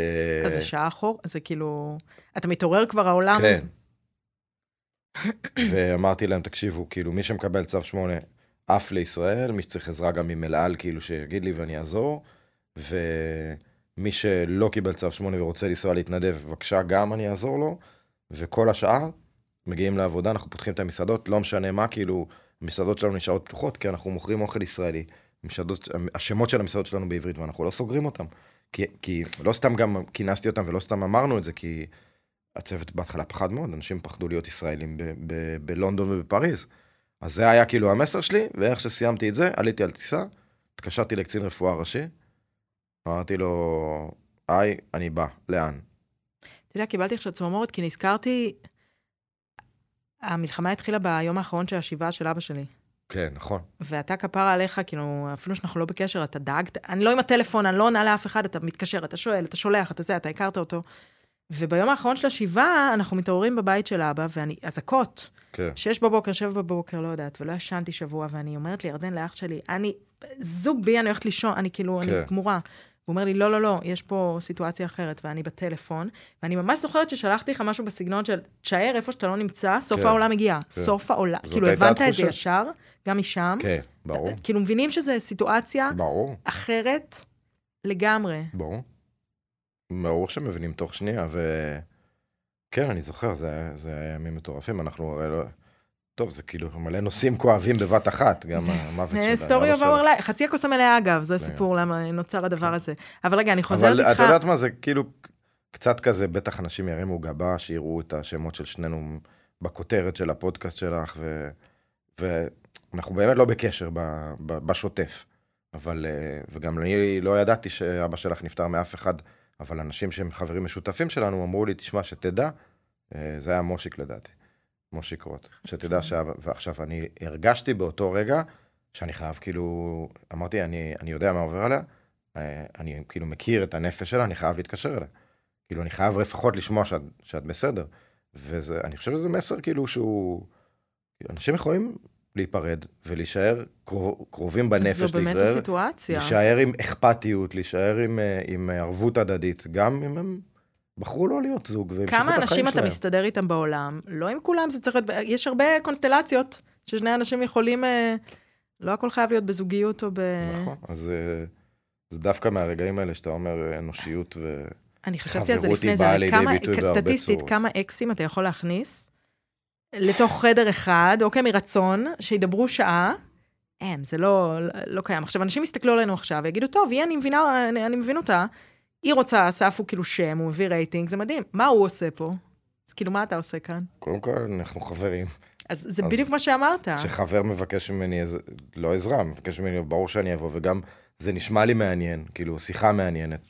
Speaker 1: אז זה שעה אחור? זה כאילו... אתה מתעורר כבר, העולם...
Speaker 2: כן. ואמרתי להם, תקשיבו, כאילו, מי שמקבל צו 8 עף לישראל, מי שצריך עזרה גם עם אל על, כאילו, שיגיד לי ואני אעזור, ומי שלא קיבל צו 8 ורוצה לנסוע להתנדב, בבקשה, גם אני אעזור לו, וכל השאר מגיעים לעבודה, אנחנו פותחים את המסעדות, לא משנה מה, כאילו, המסעדות שלנו נשארות פתוחות, כי אנחנו מוכרים אוכל ישראלי. המסעדות, השמות של המסעדות שלנו בעברית, ואנחנו לא סוגרים אותם. כי, כי לא סתם גם כינסתי אותם ולא סתם אמרנו את זה, כי הצוות בהתחלה פחד מאוד, אנשים פחדו להיות ישראלים ב- ב- בלונדון ובפריז. אז זה היה כאילו המסר שלי, ואיך שסיימתי את זה, עליתי על טיסה, התקשרתי לקצין רפואה ראשי, אמרתי לו, היי, אני בא, לאן?
Speaker 1: אתה יודע, קיבלתי עכשיו צמרמורת, כי נזכרתי... המלחמה התחילה ביום האחרון של השבעה של אבא שלי.
Speaker 2: כן, נכון.
Speaker 1: ואתה כפרה עליך, כאילו, אפילו שאנחנו לא בקשר, אתה דאגת, אני לא עם הטלפון, אני לא עונה לאף אחד, אתה מתקשר, אתה שואל, אתה שולח, אתה זה, אתה הכרת אותו. וביום האחרון של השבעה, אנחנו מתעוררים בבית של אבא, ואני, אזעקות.
Speaker 2: כן.
Speaker 1: שש בבוקר, שבע בבוקר, לא יודעת, ולא ישנתי שבוע, ואני אומרת לירדן, לאח שלי, אני, זוג בי, אני הולכת לישון, אני כאילו, אני
Speaker 2: כן.
Speaker 1: גמורה. הוא אומר לי, לא, לא, לא, יש פה סיטואציה אחרת, ואני בטלפון, ואני ממש זוכרת ששלחתי לך משהו בסגנון של, תשאר איפה שאתה לא נמצא, סוף
Speaker 2: כן.
Speaker 1: העולם הגיע.
Speaker 2: כן.
Speaker 1: סוף העולם.
Speaker 2: זאת
Speaker 1: כאילו,
Speaker 2: הייתה
Speaker 1: הבנת את זה
Speaker 2: התחושה.
Speaker 1: ישר, גם משם.
Speaker 2: כן, ברור,
Speaker 1: כאילו, מבינים שזו סיטואציה
Speaker 2: ברור,
Speaker 1: אחרת לגמרי.
Speaker 2: ברור. ברור שמבינים תוך שנייה, ו... כן, אני זוכר, זה, זה היה ימים מטורפים, אנחנו הרי לא... טוב, זה כאילו מלא נושאים כואבים בבת
Speaker 1: [laughs]
Speaker 2: אחת, גם המוות שלה.
Speaker 1: אה, story
Speaker 2: אבא
Speaker 1: of
Speaker 2: שלה.
Speaker 1: our life, חצי הכוס המלאה אגב, זה
Speaker 2: לגמרי.
Speaker 1: הסיפור למה נוצר הדבר הזה. אבל רגע, אני חוזרת
Speaker 2: כן. אבל
Speaker 1: איתך.
Speaker 2: את יודעת מה, זה כאילו קצת כזה, בטח אנשים ירימו גבה, שיראו את השמות של שנינו בכותרת של הפודקאסט שלך, ו... ואנחנו באמת לא בקשר ב... ב... בשוטף. אבל, אה, וגם אני לא ידעתי שאבא שלך נפטר מאף אחד, אבל אנשים שהם חברים משותפים שלנו אמרו לי, תשמע, שתדע, אה, זה היה מושיק לדעתי, מושיק רוט, שתדע שאבא, ועכשיו אני הרגשתי באותו רגע שאני חייב, כאילו, אמרתי, אני, אני יודע מה עובר עליה, אה, אני כאילו מכיר את הנפש שלה, אני חייב להתקשר אליה. כאילו, אני חייב לפחות לשמוע שאת, שאת בסדר. ואני חושב שזה מסר כאילו שהוא... כאילו, אנשים יכולים להיפרד ולהישאר קרוב, קרובים בנפש,
Speaker 1: זו באמת
Speaker 2: להישאר-
Speaker 1: הסיטואציה.
Speaker 2: להישאר עם אכפתיות, להישאר עם, אה, עם ערבות הדדית, גם אם הם בחרו לא להיות זוג והמשיכו את
Speaker 1: כמה
Speaker 2: החיים
Speaker 1: אנשים אתה
Speaker 2: שלהם.
Speaker 1: מסתדר איתם בעולם? לא עם כולם, זה צריך להיות, יש הרבה קונסטלציות ששני אנשים יכולים, אה, לא הכל חייב להיות בזוגיות או ב...
Speaker 2: נכון, אז אה, זה דווקא מהרגעים האלה שאתה אומר אה, אנושיות ו...
Speaker 1: אני חשבתי על זה
Speaker 2: חברות היא
Speaker 1: לפני זה,
Speaker 2: באה
Speaker 1: אבל
Speaker 2: לידי
Speaker 1: כמה,
Speaker 2: ביטוי בהרבה
Speaker 1: סטטיסטית,
Speaker 2: צורות.
Speaker 1: כמה אקסים אתה יכול להכניס לתוך חדר אחד, אוקיי, מרצון, שידברו שעה, אין, זה לא, לא קיים. עכשיו, אנשים יסתכלו עלינו עכשיו ויגידו, טוב, היא, אני, מבינה, אני, אני מבין אותה. היא רוצה, אסף הוא כאילו שם, הוא מביא רייטינג, זה מדהים. מה הוא עושה פה? אז כאילו, מה אתה עושה כאן?
Speaker 2: קודם כל, אנחנו חברים.
Speaker 1: אז זה
Speaker 2: אז-
Speaker 1: בדיוק מה שאמרת.
Speaker 2: כשחבר מבקש ממני, עז- לא עזרה, מבקש ממני, ברור שאני אבוא, וגם זה נשמע לי מעניין, כאילו, שיחה מעניינת.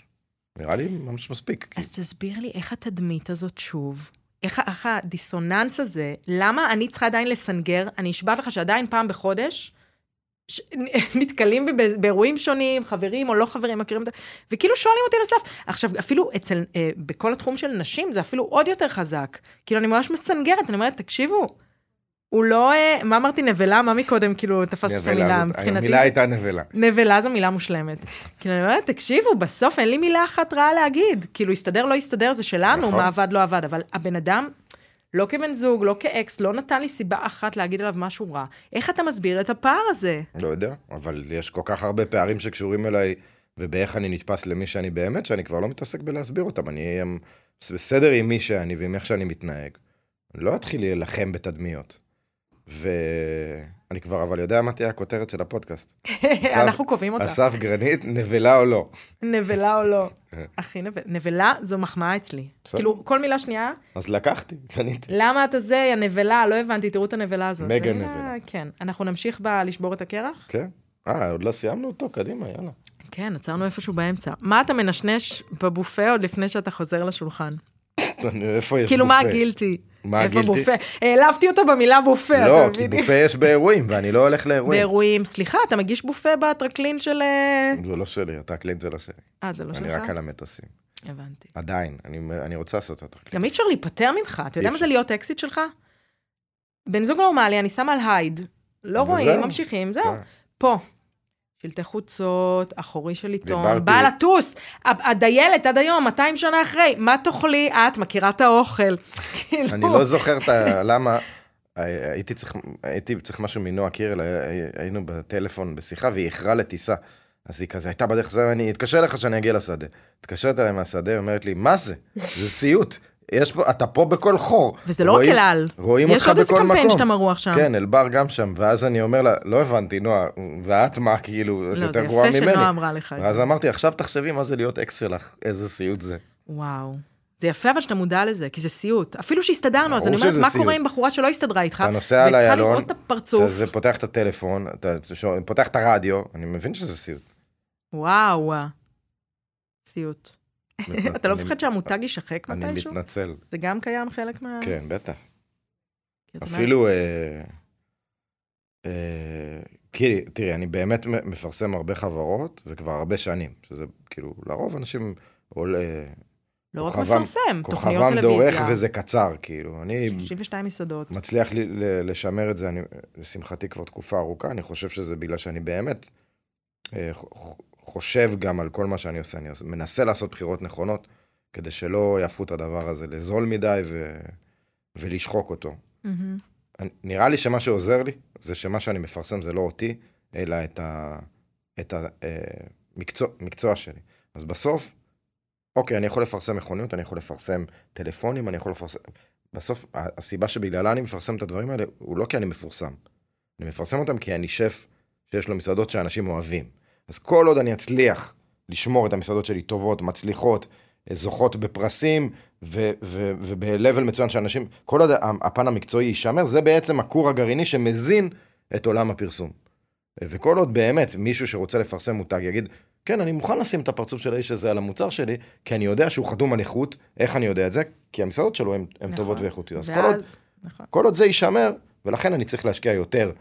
Speaker 2: נראה לי ממש מספיק. כי-
Speaker 1: אז תסביר לי איך התדמית הזאת שוב, איך, ה- איך הדיסוננס הזה, למה אני צריכה עדיין לסנגר, אני נשבעת לך שעדיין פעם בחודש, ש... [laughs] נתקלים בי בא- באירועים שונים, חברים או לא חברים, מכירים את ה... וכאילו שואלים אותי לסף. עכשיו, אפילו אצל, אה, בכל התחום של נשים זה אפילו עוד יותר חזק. כאילו, אני ממש מסנגרת, אני אומרת, תקשיבו, הוא לא... אה, מה אמרתי, נבלה? מה מקודם, כאילו, תפסת את
Speaker 2: נבלה,
Speaker 1: המילה?
Speaker 2: זאת-
Speaker 1: מבחינתי
Speaker 2: המילה
Speaker 1: זה-
Speaker 2: הייתה נבלה.
Speaker 1: נבלה זו מילה מושלמת. כאילו, אני אומרת, תקשיבו, בסוף אין לי מילה אחת רעה להגיד. כאילו, הסתדר, לא הסתדר, זה שלנו,
Speaker 2: נכון.
Speaker 1: מה עבד, לא עבד. אבל הבן אדם, לא כבן זוג, לא כאקס, לא נתן לי סיבה אחת להגיד עליו משהו רע. איך אתה מסביר את הפער הזה?
Speaker 2: לא יודע, אבל יש כל כך הרבה פערים שקשורים אליי, ובאיך אני נתפס למי שאני באמת, שאני כבר לא מתעסק בלהסביר אותם. אני אמ, בסדר עם מי שאני ועם איך שאני מתנהג. אני לא אתחיל להילחם בתדמיות. ואני כבר אבל יודע מה תהיה הכותרת של הפודקאסט.
Speaker 1: אנחנו קובעים אותה.
Speaker 2: אסף גרנית, נבלה או לא.
Speaker 1: נבלה או לא.
Speaker 2: אה.
Speaker 1: אחי, נבלה- נבלה זו מחמאה אצלי.
Speaker 2: בסדר.
Speaker 1: כאילו, כל מילה שנייה,
Speaker 2: אז לקחתי, קניתי.
Speaker 1: למה אתה זה, יא נבלה, לא הבנתי, תראו את הנבלה הזאת. זה
Speaker 2: מגה
Speaker 1: מילה-
Speaker 2: נבלה.
Speaker 1: כן. אנחנו נמשיך בלשבור את הקרח?
Speaker 2: כן. אה, עוד לא סיימנו אותו, קדימה, יאללה.
Speaker 1: כן, עצרנו איפשהו באמצע. מה אתה מנשנש בבופה עוד לפני שאתה חוזר לשולחן?
Speaker 2: איפה יש
Speaker 1: כאילו, מה
Speaker 2: בופה?
Speaker 1: הגילטי?
Speaker 2: מה הגילטי?
Speaker 1: איפה בופה? העלבתי אותו במילה בופה,
Speaker 2: לא,
Speaker 1: אתה
Speaker 2: כי
Speaker 1: מבין?
Speaker 2: בופה יש באירועים, ואני לא הולך לאירועים.
Speaker 1: באירועים. סליחה, אתה מגיש בופה בטרקלין של... אה,
Speaker 2: זה לא שלי, הטרקלין זה לא שלי.
Speaker 1: אה, זה לא
Speaker 2: אני
Speaker 1: שלך?
Speaker 2: רק על המטוסים.
Speaker 1: הבנתי.
Speaker 2: עדיין, אני, אני רוצה לעשות
Speaker 1: [laughs]
Speaker 2: את הטרקלין.
Speaker 1: גם אי אפשר להיפטר ממך, אתה יודע
Speaker 2: אי
Speaker 1: מה
Speaker 2: אפשר.
Speaker 1: זה להיות אקזיט שלך? בן זוג נורמלי, אני שמה על הייד. לא
Speaker 2: וזהו.
Speaker 1: רואים, ממשיכים, זהו.
Speaker 2: אה.
Speaker 1: פה. שלטי חוצות, אחורי של עיתון,
Speaker 2: דיברתי-
Speaker 1: בעל הטוס, ה- הדיילת עד היום, 200 שנה אחרי, מה תאכלי? את מכירה את האוכל. [laughs] כאילו...
Speaker 2: אני לא זוכר את ה... למה... אה, הייתי צריך, הייתי צריך משהו מנועה קירל, הי- היינו בטלפון בשיחה והיא איחרה לטיסה. אז היא כזה הייתה בדרך זה, אני אתקשר לך שאני אגיע לשדה. התקשרת אליי מהשדה, היא אומרת לי, מה זה? זה סיוט. יש פה, אתה פה בכל חור.
Speaker 1: וזה לא רק
Speaker 2: רואים-
Speaker 1: אל על.
Speaker 2: רואים
Speaker 1: יש
Speaker 2: אותך
Speaker 1: עוד
Speaker 2: בכל מקום.
Speaker 1: איזה קמפיין שאתה מרוח שם.
Speaker 2: כן, אלבר גם שם, ואז אני אומר לה, לא הבנתי, נועה, ואת מה, כאילו, את
Speaker 1: לא, זה
Speaker 2: יותר גרועה
Speaker 1: יפה
Speaker 2: ממני.
Speaker 1: שנועה אמרה לך את זה.
Speaker 2: ואז אמרתי, עכשיו תחשבי מה זה להיות אקס שלך, איזה סיוט זה.
Speaker 1: וואו. זה יפה אבל שאתה מודע לזה, כי זה סיוט. אפילו שהסתדרנו, אז
Speaker 2: ברור
Speaker 1: אני אומרת,
Speaker 2: שזה
Speaker 1: מה
Speaker 2: סיוט.
Speaker 1: קורה עם בחורה שלא הסתדרה איתך?
Speaker 2: אתה נוסע על
Speaker 1: וצריכה
Speaker 2: איילון,
Speaker 1: לראות את הפרצוף.
Speaker 2: אתה זה פותח את הטלפון, אתה שו- פותח את הרדיו, אני מבין שזה סיוט.
Speaker 1: וואו. סיוט. [laughs] אתה לא
Speaker 2: אני-
Speaker 1: מפחד שהמותג יישחק
Speaker 2: אני
Speaker 1: מתישהו? אה.
Speaker 2: מתנצל,
Speaker 1: זה גם קיים חלק מה...
Speaker 2: כן, בטח.
Speaker 1: כי אתה אומר,
Speaker 2: אפילו... אה, אה, כי- תראי, אני באמת מ- מפרסם הרבה חברות, וכבר הרבה שנים, שזה כאילו, לרוב אנשים... עול- אה,
Speaker 1: לא רק
Speaker 2: כוכבם-
Speaker 1: מפרסם, תוכניות
Speaker 2: כוכבם דורך
Speaker 1: טלוויזיה.
Speaker 2: וזה קצר, כאילו. אני
Speaker 1: 32 מסעדות.
Speaker 2: מצליח לי, ל- לשמר את זה, אני, לשמחתי, כבר תקופה ארוכה. אני חושב שזה בגלל שאני באמת אה, ח- ח- חושב גם על כל מה שאני עושה. אני עושה- מנסה לעשות בחירות נכונות, כדי שלא יהפכו את הדבר הזה לזול מדי ו, ולשחוק אותו.
Speaker 1: מהמם.
Speaker 2: אני- נראה לי שמה שעוזר לי, זה שמה שאני מפרסם זה לא אותי, אלא את המקצוע אה, שלי. אז בסוף, אוקיי, אני יכול לפרסם מכוניות, אני יכול לפרסם טלפונים, אני יכול לפרסם... בסוף, ה- הסיבה שבגללה אני מפרסם את הדברים האלה, הוא לא כי אני מפורסם. אני מפרסם אותם כי אני שף שיש לו מסעדות שאנשים אוהבים. אז כל עוד אני אצליח לשמור את המסעדות שלי טובות, מצליחות, אה, זוכות בפרסים, ו- ו- וב-level מצוין שאנשים, כל עוד ה- הפן המקצועי יישמר, זה בעצם הכור הגרעיני שמזין את עולם הפרסום. אה, וכל עוד באמת מישהו שרוצה לפרסם מותג יגיד, כן, אני מוכן לשים את הפרצוף של האיש הזה על המוצר שלי, כי אני יודע שהוא חתום על איכות, איך אני יודע את זה? כי המסעדות שלו הן הן
Speaker 1: נכון.
Speaker 2: טובות ואיכותיות. אז כל עוד
Speaker 1: ואז... נכון.
Speaker 2: כל עוד זה יישמר, ולכן אני צריך להשקיע יותר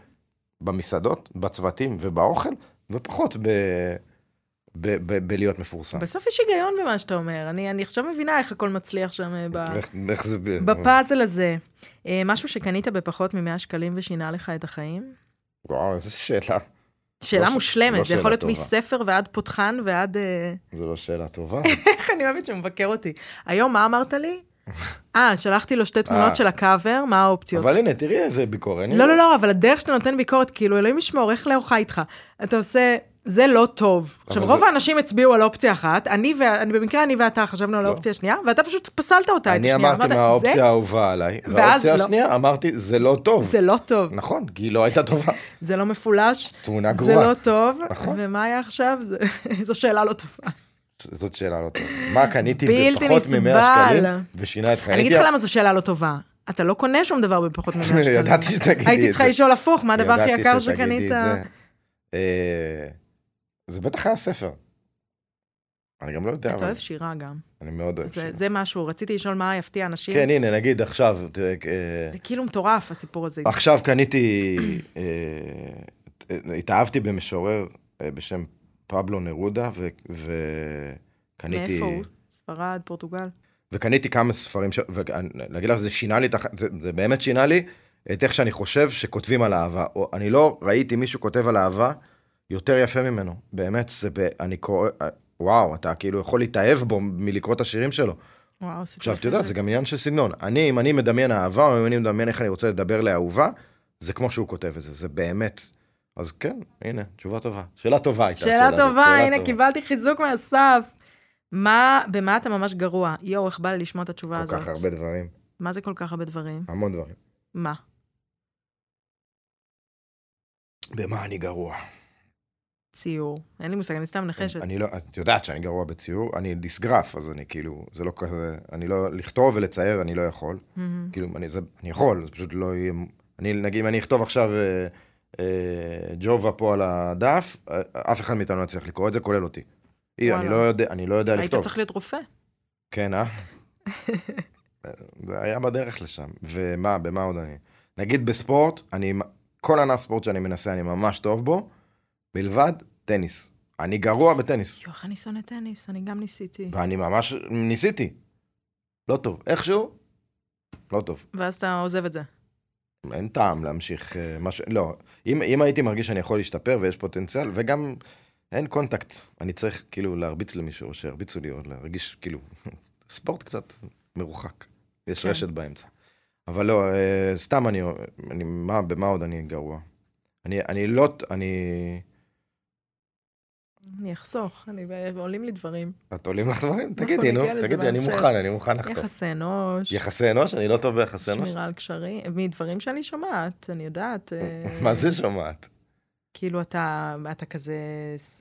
Speaker 2: במסעדות, בצוותים ובאוכל, ופחות ב... ב... ב... בלהיות מפורסם.
Speaker 1: בסוף יש היגיון במה שאתה אומר. אני אני עכשיו מבינה איך הכל מצליח שם אה, ב...
Speaker 2: איך- איך זה... ב-
Speaker 1: בפאזל הזה, אה, משהו שקנית בפחות מ-100 שקלים ושינה לך את החיים?
Speaker 2: וואו, איזו שאלה.
Speaker 1: שאלה
Speaker 2: לא ש-
Speaker 1: מושלמת,
Speaker 2: לא
Speaker 1: זה יכול
Speaker 2: שאלה
Speaker 1: להיות
Speaker 2: טובה.
Speaker 1: מספר ועד פותחן ועד... אה,
Speaker 2: זו לא שאלה טובה.
Speaker 1: [laughs] איך אני אוהבת שהוא מבקר אותי. היום, מה אמרת
Speaker 2: [laughs]
Speaker 1: לי? אה, שלחתי לו שתי תמונות
Speaker 2: אה.
Speaker 1: של הקאבר, מה האופציות?
Speaker 2: אבל הנה, תראי איזה ביקורת.
Speaker 1: לא, לא, לא, אבל הדרך שאתה נותן ביקורת, כאילו, אלוהים ישמור, איך לאורך איתך? אתה עושה, זה לא טוב. עכשיו,
Speaker 2: זה-
Speaker 1: רוב האנשים הצביעו על אופציה אחת, אני ו... אני- במקרה אני ואתה חשבנו על
Speaker 2: לא.
Speaker 1: האופציה השנייה, ואתה פשוט פסלת אותה את
Speaker 2: אני
Speaker 1: השנייה.
Speaker 2: אמרתי
Speaker 1: אמרת,
Speaker 2: מה האופציה האהובה עליי,
Speaker 1: ואז
Speaker 2: והאופציה
Speaker 1: לא.
Speaker 2: השנייה אמרתי, זה לא
Speaker 1: זה,
Speaker 2: טוב.
Speaker 1: זה לא טוב,
Speaker 2: נכון, כי היא לא הייתה
Speaker 1: [laughs]
Speaker 2: טובה.
Speaker 1: זה לא מפולש,
Speaker 2: תמונה
Speaker 1: זה
Speaker 2: גרועה.
Speaker 1: לא טוב,
Speaker 2: נכון.
Speaker 1: ומה היה עכשיו? זה- [laughs] זו שאלה לא טובה.
Speaker 2: זאת שאלה לא טובה. מה קניתי
Speaker 1: בלתי
Speaker 2: בפחות מ-100 שקלים
Speaker 1: נסבל.
Speaker 2: ושינה את חיי?
Speaker 1: אני אגיד
Speaker 2: הייתי-
Speaker 1: לך למה זו שאלה לא טובה. אתה לא קונה שום דבר בפחות מ-100 שקלים.
Speaker 2: [laughs] ידעתי שתגידי את זה.
Speaker 1: הייתי צריכה לשאול הפוך, מה הדבר הכי
Speaker 2: ידעתי
Speaker 1: יקר
Speaker 2: שתגידי
Speaker 1: שקנית?
Speaker 2: את זה. אה, זה בטח היה ספר. אני גם לא יודע,
Speaker 1: אתה
Speaker 2: אבל
Speaker 1: אוהב שירה גם.
Speaker 2: אני מאוד אוהב
Speaker 1: זה-
Speaker 2: שיר.
Speaker 1: זה משהו, רציתי לשאול מה יפתיע אנשים.
Speaker 2: כן, הנה, נגיד עכשיו, תראה, אה,
Speaker 1: זה כאילו מטורף, הסיפור הזה.
Speaker 2: עכשיו קניתי, אה, אה, התאהבתי במשורר אה, בשם פבלו נרודה, ו- וקניתי...
Speaker 1: מאיפה הוא? ספרד, פורטוגל.
Speaker 2: וקניתי כמה ספרים, ש... ולהגיד לך, זה שינה לי, את הח- זה, זה באמת שינה לי את איך שאני חושב שכותבים על אהבה. או, אני לא ראיתי מישהו כותב על אהבה יותר יפה ממנו. באמת, זה, ב... אני קורא, אה, וואו, אתה כאילו יכול להתאהב בו מלקרוא את השירים שלו.
Speaker 1: וואו, סיפור.
Speaker 2: עכשיו, את יודעת, זה גם עניין של סגנון. אני, אם אני מדמיין אהבה, או אם אני מדמיין איך אני רוצה לדבר לאהובה, זה כמו שהוא כותב את זה, זה באמת. אז כן, הנה, תשובה טובה. שאלה טובה הייתה.
Speaker 1: שאלה
Speaker 2: הזאת,
Speaker 1: טובה,
Speaker 2: שאלה
Speaker 1: הנה,
Speaker 2: טובה.
Speaker 1: קיבלתי חיזוק מאסף. מה, במה אתה ממש גרוע? יואו, איך בא לי לשמוע את התשובה
Speaker 2: כל
Speaker 1: הזאת.
Speaker 2: כך הרבה דברים,
Speaker 1: מה זה כל כך הרבה דברים?
Speaker 2: המון דברים.
Speaker 1: מה?
Speaker 2: במה אני גרוע?
Speaker 1: ציור. אין לי מושג, אני סתם נחשת.
Speaker 2: אני לא, את יודעת שאני גרוע בציור, אני דיסגרף, אז אני כאילו, זה לא כזה, אני לא, לכתוב ולצייר אני לא יכול.
Speaker 1: מהמם.
Speaker 2: כאילו, אני, זה, אני יכול, זה פשוט לא יהיה... אני, נגיד, אם אני אכתוב עכשיו אה, אה, ג'ובה פה על הדף, אה, אף אחד מאיתנו לא יצליח לקרוא את זה, כולל אותי. אי, אני
Speaker 1: וואלה.
Speaker 2: לא יודע, אני לא יודע
Speaker 1: היית
Speaker 2: לכתוב.
Speaker 1: צריך להיות רופא. [laughs]
Speaker 2: כן, אה? זה היה בדרך לשם. ומה, במה עוד אני? נגיד בספורט, אני, כל ענף ספורט שאני מנסה, אני ממש טוב בו, מלבד טניס. אני גרוע בטניס.
Speaker 1: יואו, איך אני שונא טניס, אני גם ניסיתי.
Speaker 2: ואני ממש ניסיתי. לא טוב. איכשהו, לא טוב.
Speaker 1: ואז אתה עוזב את זה.
Speaker 2: אין טעם להמשיך אה, משהו, לא. אם, אם הייתי מרגיש שאני יכול להשתפר ויש פוטנציאל, וגם אין קונטקט. אני צריך כאילו להרביץ למישהו, או שירביצו לי, או להרגיש כאילו [laughs] ספורט קצת מרוחק. יש
Speaker 1: כן.
Speaker 2: כן. רשת באמצע. אבל לא, אה, סתם אני, אני מה, במה עוד אני גרוע? אני, אני לא, אני...
Speaker 1: אני אחסוך, אני- עולים לי דברים.
Speaker 2: את עולים לך דברים?
Speaker 1: אנחנו
Speaker 2: תגידי, נו,
Speaker 1: נכון, נגיע לזה
Speaker 2: תגידי, אני
Speaker 1: בהמשך.
Speaker 2: מוכן, אני מוכן לחתום.
Speaker 1: יחסי אנוש,
Speaker 2: יחסי אנוש? אני לא טוב ביחסי אנוש.
Speaker 1: שמירה על קשרים, מדברים שאני שומעת, אני יודעת. אה,
Speaker 2: [laughs] מה זה שומעת?
Speaker 1: כאילו אתה, אתה כזה,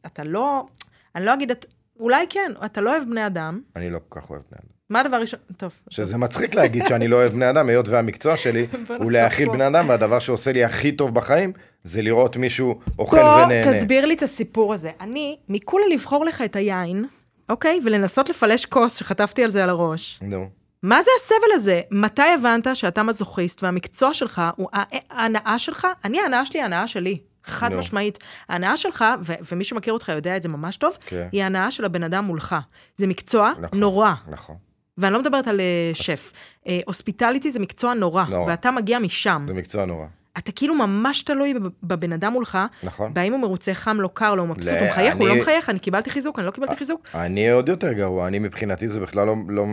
Speaker 1: אתה לא, אני לא אגיד, את, אולי כן, אתה לא אוהב בני אדם.
Speaker 2: אני לא כל כך אוהב בני אדם.
Speaker 1: מה הדבר הראשון? טוב.
Speaker 2: שזה מצחיק להגיד שאני לא אוהב בני אדם, היות והמקצוע
Speaker 1: [laughs]
Speaker 2: שלי
Speaker 1: בוא נחזור
Speaker 2: הוא להאכיל
Speaker 1: פה.
Speaker 2: בני אדם, והדבר שעושה לי הכי טוב בחיים זה לראות מישהו אוכל
Speaker 1: בוא
Speaker 2: ונהנה.
Speaker 1: תסביר לי את הסיפור הזה. אני, מכולה לבחור לך את היין, אוקיי? ולנסות לפלש כוס שחטפתי על זה על הראש.
Speaker 2: נו,
Speaker 1: מה זה הסבל הזה? מתי הבנת שאתה מזוכיסט והמקצוע שלך הוא הה- ההנאה שלך? אני, ההנאה שלי היא ההנאה שלי. חד
Speaker 2: נו.
Speaker 1: משמעית. ההנאה שלך, ו- ומי שמכיר אותך יודע את זה ממש טוב,
Speaker 2: כן.
Speaker 1: היא ההנאה של הבן אדם מולך. זה מקצוע
Speaker 2: נכון.
Speaker 1: נורא.
Speaker 2: נכון.
Speaker 1: ואני לא מדברת על אה, שף. אה, הוספיטליטי זה מקצוע נורא,
Speaker 2: נורא.
Speaker 1: ואתה מגיע משם.
Speaker 2: זה מקצוע נורא.
Speaker 1: אתה כאילו ממש תלוי בב- בבן אדם מולך,
Speaker 2: נכון.
Speaker 1: והאם הוא מרוצה, חם, לא קר, לא, הוא מבסוט,
Speaker 2: לא,
Speaker 1: הוא מחייך, הוא לא
Speaker 2: אני- אה,
Speaker 1: מחייך, אני קיבלתי חיזוק, אני לא קיבלתי חיזוק.
Speaker 2: אני עוד יותר גרוע, אני מבחינתי זה בכלל לא, לא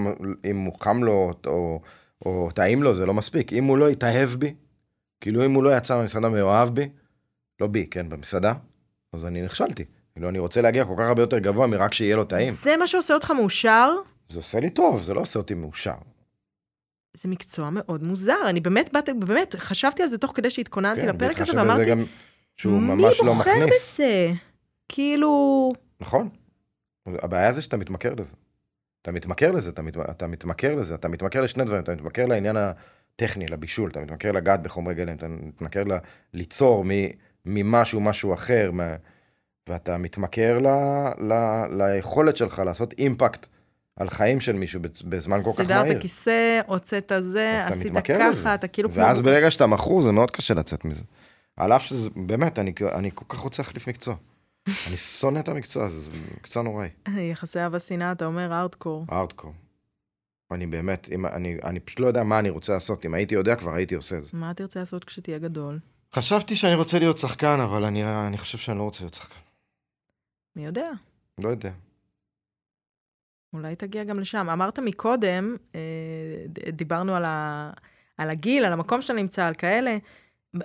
Speaker 2: אם הוא חם לו או, או טעים לו, זה לא מספיק. אם הוא לא התאהב בי, כאילו אם הוא לא יצא מהמסעדה מאוהב בי, לא בי, כן, במסעדה, אז אני נכשלתי. כאילו אני רוצה להגיע כל כך הרבה יותר גבוה מרק שיהיה לו טעים.
Speaker 1: זה מה שעושה אותך מאושר,
Speaker 2: זה עושה לי טוב, זה לא עושה אותי מאושר.
Speaker 1: זה מקצוע מאוד מוזר. אני באמת, באתי- באמת, חשבתי על זה תוך כדי שהתכוננתי לפרק הזה,
Speaker 2: כן, בהתחשב
Speaker 1: ואמרתי,
Speaker 2: בזה גם שהוא
Speaker 1: מי
Speaker 2: ממש לא
Speaker 1: בוחר
Speaker 2: מכניס.
Speaker 1: בזה? כאילו,
Speaker 2: נכון. הבעיה זה שאתה מתמכר לזה. אתה מתמכר לזה, אתה, מת... אתה מתמכר לזה, אתה מתמכר לשני דברים, אתה מתמכר לעניין הטכני, לבישול, אתה מתמכר לגעת בחומרי גלם, אתה מתמכר ל... ליצור מ... ממשהו משהו אחר, מה... ואתה מתמכר ל... ל... ליכולת שלך לעשות אימפקט על חיים של מישהו בצ- בזמן כל כך מהיר.
Speaker 1: סידרת כיסא, הוצאת זה,
Speaker 2: אתה
Speaker 1: עשית
Speaker 2: מתמכר
Speaker 1: ככה,
Speaker 2: לזה.
Speaker 1: אתה כאילו כמו...
Speaker 2: ואז ברגע שאתה מכור, זה מאוד קשה לצאת מזה. על אף שזה, באמת, אני, אני כל כך רוצה להחליף מקצוע. אני שונא את המקצוע הזה, זה מקצוע נוראי.
Speaker 1: יחסי אהבה שנאה, אתה אומר הארדקור.
Speaker 2: הארדקור. אני באמת, אם, אני, אני פשוט לא יודע מה אני רוצה לעשות. אם הייתי יודע, כבר הייתי עושה את זה.
Speaker 1: מה תרצה לעשות כשתהיה גדול?
Speaker 2: חשבתי שאני רוצה להיות שחקן, אבל אני, אני חושב שאני לא רוצה להיות שחקן.
Speaker 1: מי יודע?
Speaker 2: לא יודע.
Speaker 1: אולי תגיע גם לשם. אמרת מקודם, אה, ד- דיברנו על, ה, על הגיל, על המקום שאתה נמצא, על כאלה.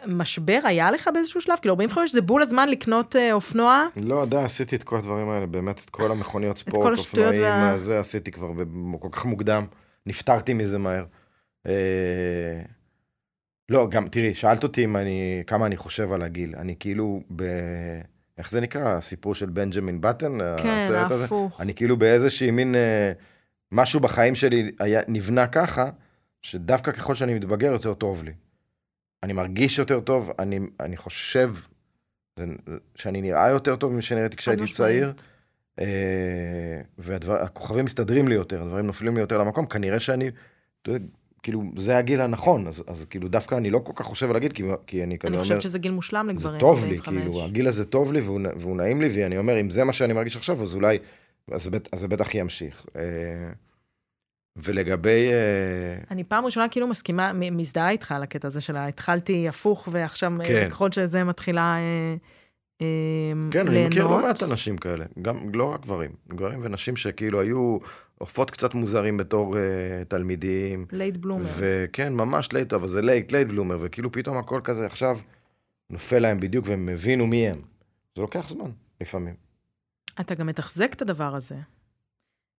Speaker 1: משבר היה לך באיזשהו שלב? כאילו 45 זה בול הזמן לקנות אה, אופנוע?
Speaker 2: לא יודע, עשיתי את כל הדברים האלה, באמת, את כל המכוניות
Speaker 1: כל
Speaker 2: ספורט,
Speaker 1: השטויות
Speaker 2: אופנועים,
Speaker 1: וה-
Speaker 2: וה... זה עשיתי כבר ב- כל כך מוקדם, נפטרתי מזה מהר. אה... לא, גם, תראי, שאלת אותי אם אני, כמה אני חושב על הגיל. אני כאילו ב... איך זה נקרא? הסיפור של בנג'מין בטן?
Speaker 1: כן,
Speaker 2: אה, הסרט הזה?
Speaker 1: הפוך.
Speaker 2: אני כאילו באיזושהי מין, אה, משהו בחיים שלי היה, נבנה ככה, שדווקא ככל שאני מתבגר יותר טוב לי. אני מרגיש יותר טוב, אני, אני חושב זה- שאני נראה יותר טוב משנראיתי כשהייתי
Speaker 1: משמעית.
Speaker 2: צעיר, אה, והכוכבים מסתדרים לי יותר, הדברים נופלים לי יותר למקום, כנראה שאני, אתה יודע, כאילו, זה הגיל הנכון, אז, אז כאילו דווקא אני לא כל כך חושב על הגיל, כי, כי אני כזה
Speaker 1: אני
Speaker 2: אומר,
Speaker 1: חושבת שזה גיל מושלם
Speaker 2: זה
Speaker 1: לגברים.
Speaker 2: טוב לי,
Speaker 1: 45.
Speaker 2: כאילו, הגיל הזה טוב לי והוא, נ- והוא נעים לי, ואני אומר, אם זה מה שאני מרגיש עכשיו, אז אולי, אז זה בט- אז זה בטח ימשיך. אה, ולגבי, אה,
Speaker 1: אני פעם ראשונה כאילו מסכימה, מ- מזדהה איתך על הקטע הזה של התחלתי הפוך, ועכשיו אה,
Speaker 2: כן.
Speaker 1: ככל שזה מתחילה אה, אה,
Speaker 2: כן, אני מכיר לא
Speaker 1: ליהנות.
Speaker 2: מעט אנשים כאלה, גם לא רק גברים, גברים ונשים שכאילו היו עופות קצת מוזרים בתור אה, תלמידים,
Speaker 1: לייט בלומר.
Speaker 2: וכן, ממש לייט, אבל זה לייט, לייט בלומר, וכאילו פתאום הכל כזה עכשיו נופל להם בדיוק, והם הבינו מי הם. זה לוקח זמן, לפעמים.
Speaker 1: אתה גם מתחזק את הדבר הזה.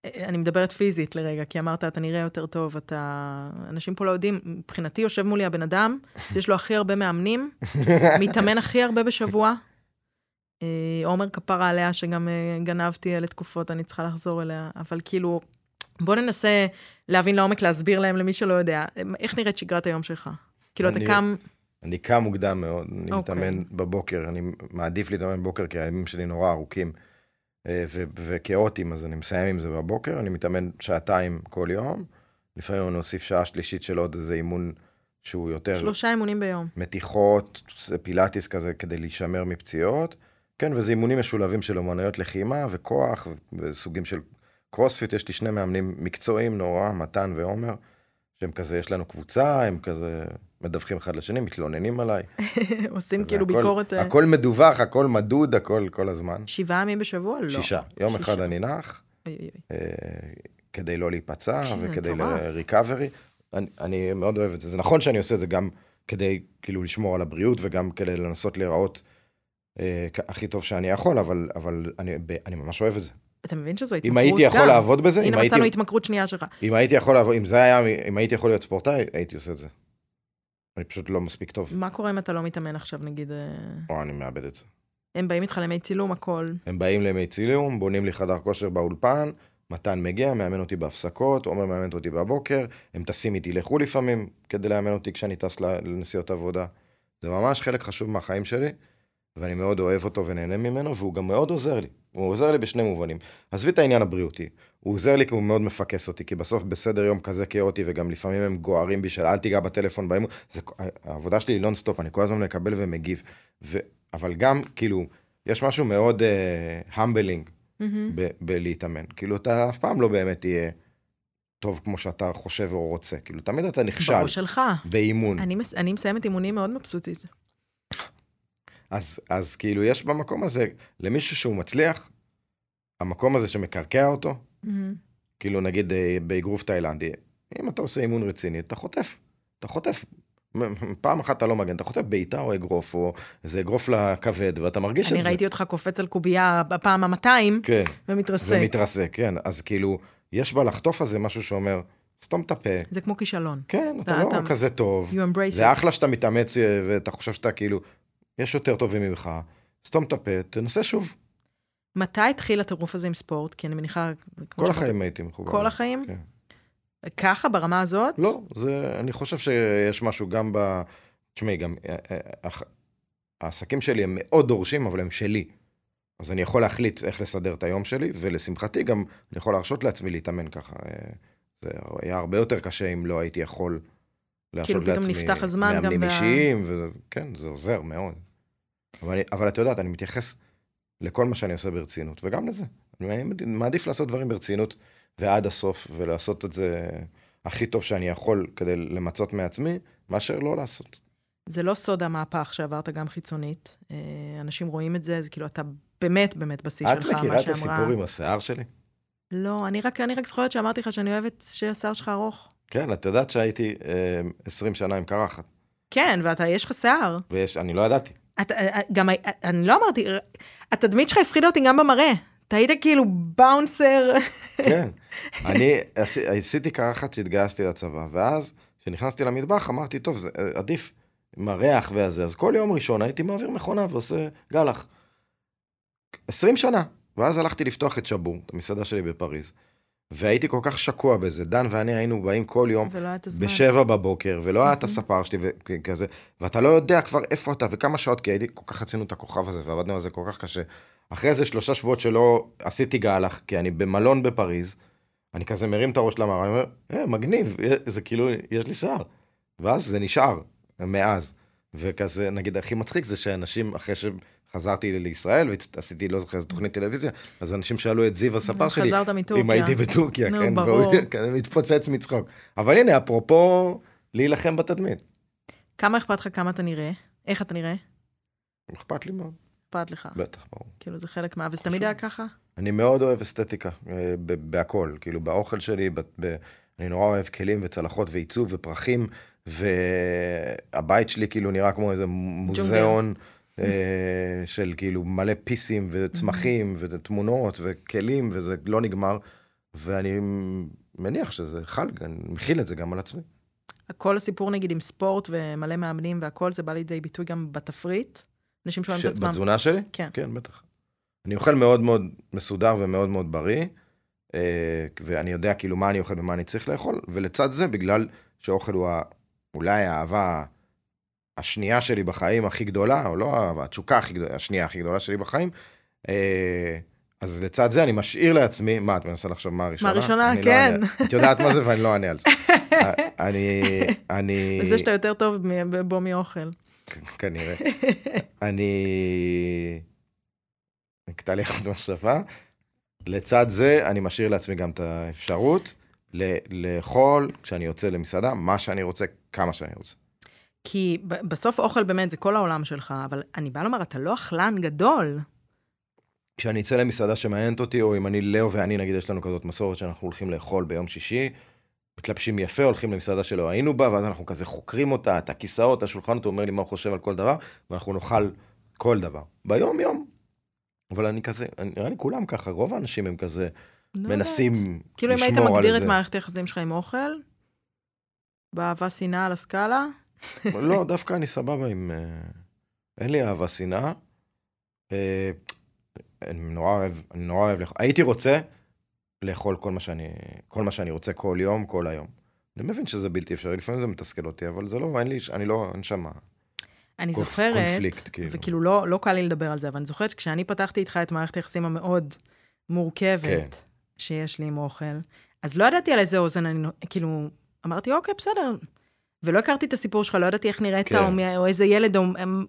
Speaker 1: אה, אני מדברת פיזית לרגע, כי אמרת, אתה נראה יותר טוב, אתה... אנשים פה לא יודעים, מבחינתי יושב מולי הבן
Speaker 2: [laughs]
Speaker 1: אדם, יש לו הכי הרבה מאמנים, מתאמן הכי הרבה בשבוע. אה, עומר כפרה עליה, שגם אה, גנבתי אלה תקופות, אני צריכה לחזור אליה, אבל כאילו, בוא ננסה להבין לעומק, להסביר להם, למי שלא יודע, אה, איך נראית שגרת היום שלך? כאילו, אתה
Speaker 2: אני-
Speaker 1: קם,
Speaker 2: אני קם מוקדם מאוד, אני okay.
Speaker 1: אוקיי.
Speaker 2: מתאמן בבוקר, אני מעדיף להתאמן בבוקר כי הימים שלי נורא ארוכים אה, ו- וכאוטיים, אז אני מסיים עם זה בבוקר, אני מתאמן שעתיים כל יום, לפעמים אני אוסיף שעה שלישית של עוד איזה אימון שהוא יותר
Speaker 1: שלושה אימונים ביום.
Speaker 2: מתיחות, פילאטיס כזה כדי להישמר מפציעות, כן, וזה אימונים משולבים של אומנויות לחימה וכוח ו- וסוגים של קרוספיט, יש לי שני מאמנים מקצועיים נורא, מתן ועומר, שהם כזה, יש לנו קבוצה, הם כזה מדווחים אחד לשני, מתלוננים עליי.
Speaker 1: עושים
Speaker 2: זה
Speaker 1: כאילו
Speaker 2: הכל-
Speaker 1: ביקורת... אה,
Speaker 2: הכל מדווח, הכל מדוד, הכל כל הזמן.
Speaker 1: שבעה ימים בשבוע? לא.
Speaker 2: שישה. יום אחד
Speaker 1: שישה.
Speaker 2: אני נח,
Speaker 1: אוי, אוי, אוי.
Speaker 2: אה, כדי לא להיפצע
Speaker 1: תקשיב, זה
Speaker 2: וכדי
Speaker 1: מטורף.
Speaker 2: ל-recovery. אני- אני מאוד אוהב את זה. זה נכון שאני עושה את זה גם כדי כאילו לשמור על הבריאות וגם כדי לנסות להיראות אה, כ- הכי טוב שאני יכול, אבל- אבל אני ב- אני ממש אוהב את זה.
Speaker 1: אתה מבין שזו התמכרות
Speaker 2: אם הייתי יכול
Speaker 1: גם.
Speaker 2: לעבוד בזה, אם
Speaker 1: הנה,
Speaker 2: הייתי-
Speaker 1: מצאנו התמכרות שנייה שלך.
Speaker 2: אם הייתי יכול לעבוד, אם זה היה, אם הייתי יכול להיות ספורטאי, הייתי עושה את זה. אני פשוט לא מספיק טוב,
Speaker 1: מה קורה אם אתה לא מתאמן עכשיו, נגיד, אה,
Speaker 2: או אני מאבד את זה.
Speaker 1: הם באים איתך לימי צילום, הכל.
Speaker 2: הם באים לימי צילום, בונים לי חדר כושר באולפן, מתן מגיע, מאמן אותי בהפסקות, עומר מאמן אותי בבוקר, הם טסים איתי לחו"ל לפעמים, כדי לאמן אותי כשאני טס ל- לנסיעות עבודה. זה ממש חלק חשוב מהחיים שלי, ואני מאוד אוהב אותו ונהנה ממנו, והוא גם מאוד עוזר לי. הוא עוזר לי בשני מובנים. עזבי את העניין הבריאותי, הוא עוזר לי כי הוא מאוד מפקס אותי, כי בסוף בסדר יום כזה כאוטי, וגם לפעמים הם גוערים בי של אל תיגע בטלפון באימון, זה- העבודה שלי היא נונסטופ, אני כל הזמן מקבל ומגיב. ו... אבל גם, כאילו, יש משהו מאוד המבלינג
Speaker 1: מהמם.
Speaker 2: ב- בלהתאמן. כאילו, אתה אף פעם לא באמת תהיה טוב כמו שאתה חושב או רוצה. כאילו, תמיד אתה נכשל
Speaker 1: בראש שלך.
Speaker 2: כן. באימון.
Speaker 1: אני מס- אני מסיימת אימונים מאוד מבסוטית.
Speaker 2: אז, אז כאילו, יש במקום הזה, למישהו שהוא מצליח, המקום הזה שמקרקע אותו,
Speaker 1: מהמם.
Speaker 2: כאילו, נגיד אה, באגרוף תאילנדי, אם אתה עושה אימון רציני, אתה חוטף. אתה חוטף. מ- פעם אחת אתה לא מגן, אתה חוטף בעיטה או אגרוף, או איזה אגרוף לכבד, ואתה מרגיש
Speaker 1: אני
Speaker 2: את זה.
Speaker 1: ראיתי אותך קופץ על קובייה בפעם ה-200
Speaker 2: כן.
Speaker 1: ומתרסק.
Speaker 2: ומתרסק, כן. אז כאילו, יש בלחטוף הזה משהו שאומר, סתום את הפה.
Speaker 1: זה כמו כישלון.
Speaker 2: כן, אתה
Speaker 1: אתה-
Speaker 2: לא
Speaker 1: אתה-
Speaker 2: כזה טוב.
Speaker 1: You embrace
Speaker 2: זה
Speaker 1: it.
Speaker 2: אחלה שאתה מתאמץ אה, ואתה חושב שאתה כאילו, יש יותר טובים ממך, סתום את הפה, תנסה שוב.
Speaker 1: מתי התחיל הטירוף הזה עם ספורט? כי אני מניחה... כמו
Speaker 2: כל
Speaker 1: שאמרת,
Speaker 2: החיים הייתי מחובר.
Speaker 1: כל החיים?
Speaker 2: כן.
Speaker 1: ככה, ברמה הזאת?
Speaker 2: לא, זה, אני חושב שיש משהו גם ב... תשמעי, גם אה, אה, הח- העסקים שלי הם מאוד דורשים, אבל הם שלי. אז אני יכול להחליט איך לסדר את היום שלי, ולשמחתי גם אני יכול להרשות לעצמי להתאמן ככה. אה, זה היה הרבה יותר קשה אם לא הייתי יכול להרשות לעצמי.
Speaker 1: כאילו, פתאום נפתח הזמן גם
Speaker 2: מאמנים
Speaker 1: ב-
Speaker 2: אישיים, וכן, זה עוזר מאוד. אבל, אני- אבל את יודעת, אני מתייחס לכל מה שאני עושה ברצינות, וגם לזה. אני מעדיף לעשות דברים ברצינות ועד הסוף, ולעשות את זה הכי טוב שאני יכול כדי למצות מעצמי, מאשר לא לעשות.
Speaker 1: זה לא סוד המהפך שעברת גם חיצונית. אה, אנשים רואים את זה, זה כאילו אתה באמת באמת בשיא
Speaker 2: את
Speaker 1: שלך, מה
Speaker 2: מכירה את
Speaker 1: שאמרה...
Speaker 2: הסיפור עם השיער שלי?
Speaker 1: לא, אני רק, אני רק זוכרת שאמרתי לך שאני אוהבת שהשיער שלך ארוך.
Speaker 2: כן, את יודעת שהייתי אה, 20 שנה עם קרחת.
Speaker 1: כן, ואתה, יש לך שיער.
Speaker 2: ויש, אני לא ידעתי.
Speaker 1: אתה, גם, אני לא אמרתי, התדמית שלך הפחידה אותי גם במראה. אתה היית כאילו באונסר.
Speaker 2: כן. אני עשי- עשיתי קרחת שהתגייסתי לצבא, ואז כשנכנסתי למטבח אמרתי, טוב, זה אה, עדיף עם הריח והזה. אז כל יום ראשון הייתי מעביר מכונה ועושה גלח. 20 שנה. ואז הלכתי לפתוח את שבור, את המסעדה שלי בפריז. והייתי כל כך שקוע בזה. דן ואני היינו באים כל יום,
Speaker 1: ולא היה את הזמן.
Speaker 2: בשבע בבוקר, ולא היה את הספר שלי וכזה, ואתה לא יודע כבר איפה אתה וכמה שעות, כי הייתי, כל כך רצינו את הכוכב הזה ועבדנו על זה כל כך קשה. אחרי זה שלושה שבועות שלא עשיתי גלח, כי אני במלון בפריז, אני כזה מרים את הראש למראה, אני אומר, אה, מגניב, זה כאילו, יש לי שיער. ואז זה נשאר, מאז. וכזה, נגיד, הכי מצחיק זה שאנשים, אחרי שחזרתי לישראל, ועשיתי, לא זוכר איזה תוכנית טלוויזיה, אז אנשים שאלו את זיו הספר שלי,
Speaker 1: חזרת מטורקיה.
Speaker 2: אם הייתי בטורקיה,
Speaker 1: נו,
Speaker 2: כן,
Speaker 1: ברור.
Speaker 2: והוא כזה מתפוצץ מצחוק. אבל הנה, אפרופו להילחם בתדמית,
Speaker 1: כמה אכפת לך כמה אתה נראה? איך אתה נראה?
Speaker 2: אכפת לי מאוד,
Speaker 1: אכפת לך.
Speaker 2: בטח, ברור.
Speaker 1: כאילו, זה חלק מה... וזה תמיד היה ככה?
Speaker 2: אני מאוד אוהב אסתטיקה, אה, ב- בהכל, כאילו באוכל שלי, ב- ב- אני נורא אוהב כלים וצלחות ועיצוב ופרחים, והבית שלי כאילו נראה כמו איזה
Speaker 1: [laughs]
Speaker 2: מוזיאון אה, של כאילו מלא פיסים וצמחים
Speaker 1: Mm-hmm.
Speaker 2: ותמונות וכלים, וזה לא נגמר, ואני מניח שזה חל, אני מכיל את זה גם על עצמי.
Speaker 1: כל הסיפור נגיד עם ספורט ומלא מאמנים והכל, זה בא לידי ביטוי גם בתפריט. אנשים שואלים
Speaker 2: ש-
Speaker 1: את עצמם.
Speaker 2: בתזונה שלי?
Speaker 1: כן.
Speaker 2: כן, בטח. אני אוכל מאוד מאוד מסודר ומאוד מאוד בריא, אה, ואני יודע כאילו מה אני אוכל ומה אני צריך לאכול, ולצד זה, בגלל שאוכל הוא ה- אולי האהבה השנייה שלי בחיים הכי גדולה, או לא האהבה, התשוקה הכי גדולה, השנייה הכי גדולה שלי בחיים, אה, אז לצד זה אני משאיר לעצמי, מה, את מנסה לחשוב מה הראשונה?
Speaker 1: הראשונה,
Speaker 2: אני לא
Speaker 1: כן.
Speaker 2: אענה- את יודעת מה זה ואני
Speaker 1: [laughs]
Speaker 2: לא אענה על זה. אני, אני...
Speaker 1: וזה שאתה יותר טוב מ- בו מאוכל.
Speaker 2: כ- כנראה. אני... נקטע לי אחת מחשבה. לצד זה, אני משאיר לעצמי גם את האפשרות ל- לאכול, כשאני יוצא למסעדה, מה שאני רוצה, כמה שאני רוצה.
Speaker 1: כי ב- בסוף אוכל באמת זה כל העולם שלך, אבל אני באה לומר, אתה לא אכלן גדול.
Speaker 2: כשאני אצא למסעדה שמעניינת אותי, או אם אני, לאו ואני, נגיד, יש לנו כזאת מסורת שאנחנו הולכים לאכול ביום שישי, מתלבשים יפה, הולכים למסעדה שלא היינו בה, ואז אנחנו כזה חוקרים אותה, את הכיסאות, את השולחנות, הוא אומר לי מה הוא חושב על כל דבר, ואנחנו נאכל כל דבר. ביום-יום. אבל אני כזה, אני- נראה לי כולם ככה, רוב האנשים הם כזה,
Speaker 1: לא יודעת.
Speaker 2: מנסים
Speaker 1: כאילו אם היית
Speaker 2: לשמור על
Speaker 1: מגדיר את
Speaker 2: זה.
Speaker 1: מערכת היחסים שלך עם אוכל, באהבה שנאה על הסקאלה,
Speaker 2: לא, דווקא אני סבבה עם... אה, אין לי אהבה, שנאה. אה, אני נורא אוהב, אני נורא אוהב לאכול. הייתי רוצה לאכול כל מה שאני, כל מה שאני רוצה כל יום, כל היום. אני מבין שזה בלתי אפשרי, לפעמים זה מתסכל אותי, אבל זה לא, אין לי, אני לא, אין שמה.
Speaker 1: אני
Speaker 2: קונפ-
Speaker 1: זוכרת,
Speaker 2: קונפליקט, כאילו.
Speaker 1: וכאילו לא, לא קל לי לדבר על זה, אבל אני זוכרת שכשאני פתחתי איתך את מערכת היחסים המאוד מורכבת
Speaker 2: כן.
Speaker 1: כן. שיש לי עם אוכל, אז לא ידעתי על איזה אוזן אני, נו- כאילו, אמרתי, אוקיי, בסדר. ולא הכרתי את הסיפור שלך, לא ידעתי איך נראית,
Speaker 2: כן.
Speaker 1: כן. או, מי, או איזה ילד, או מ-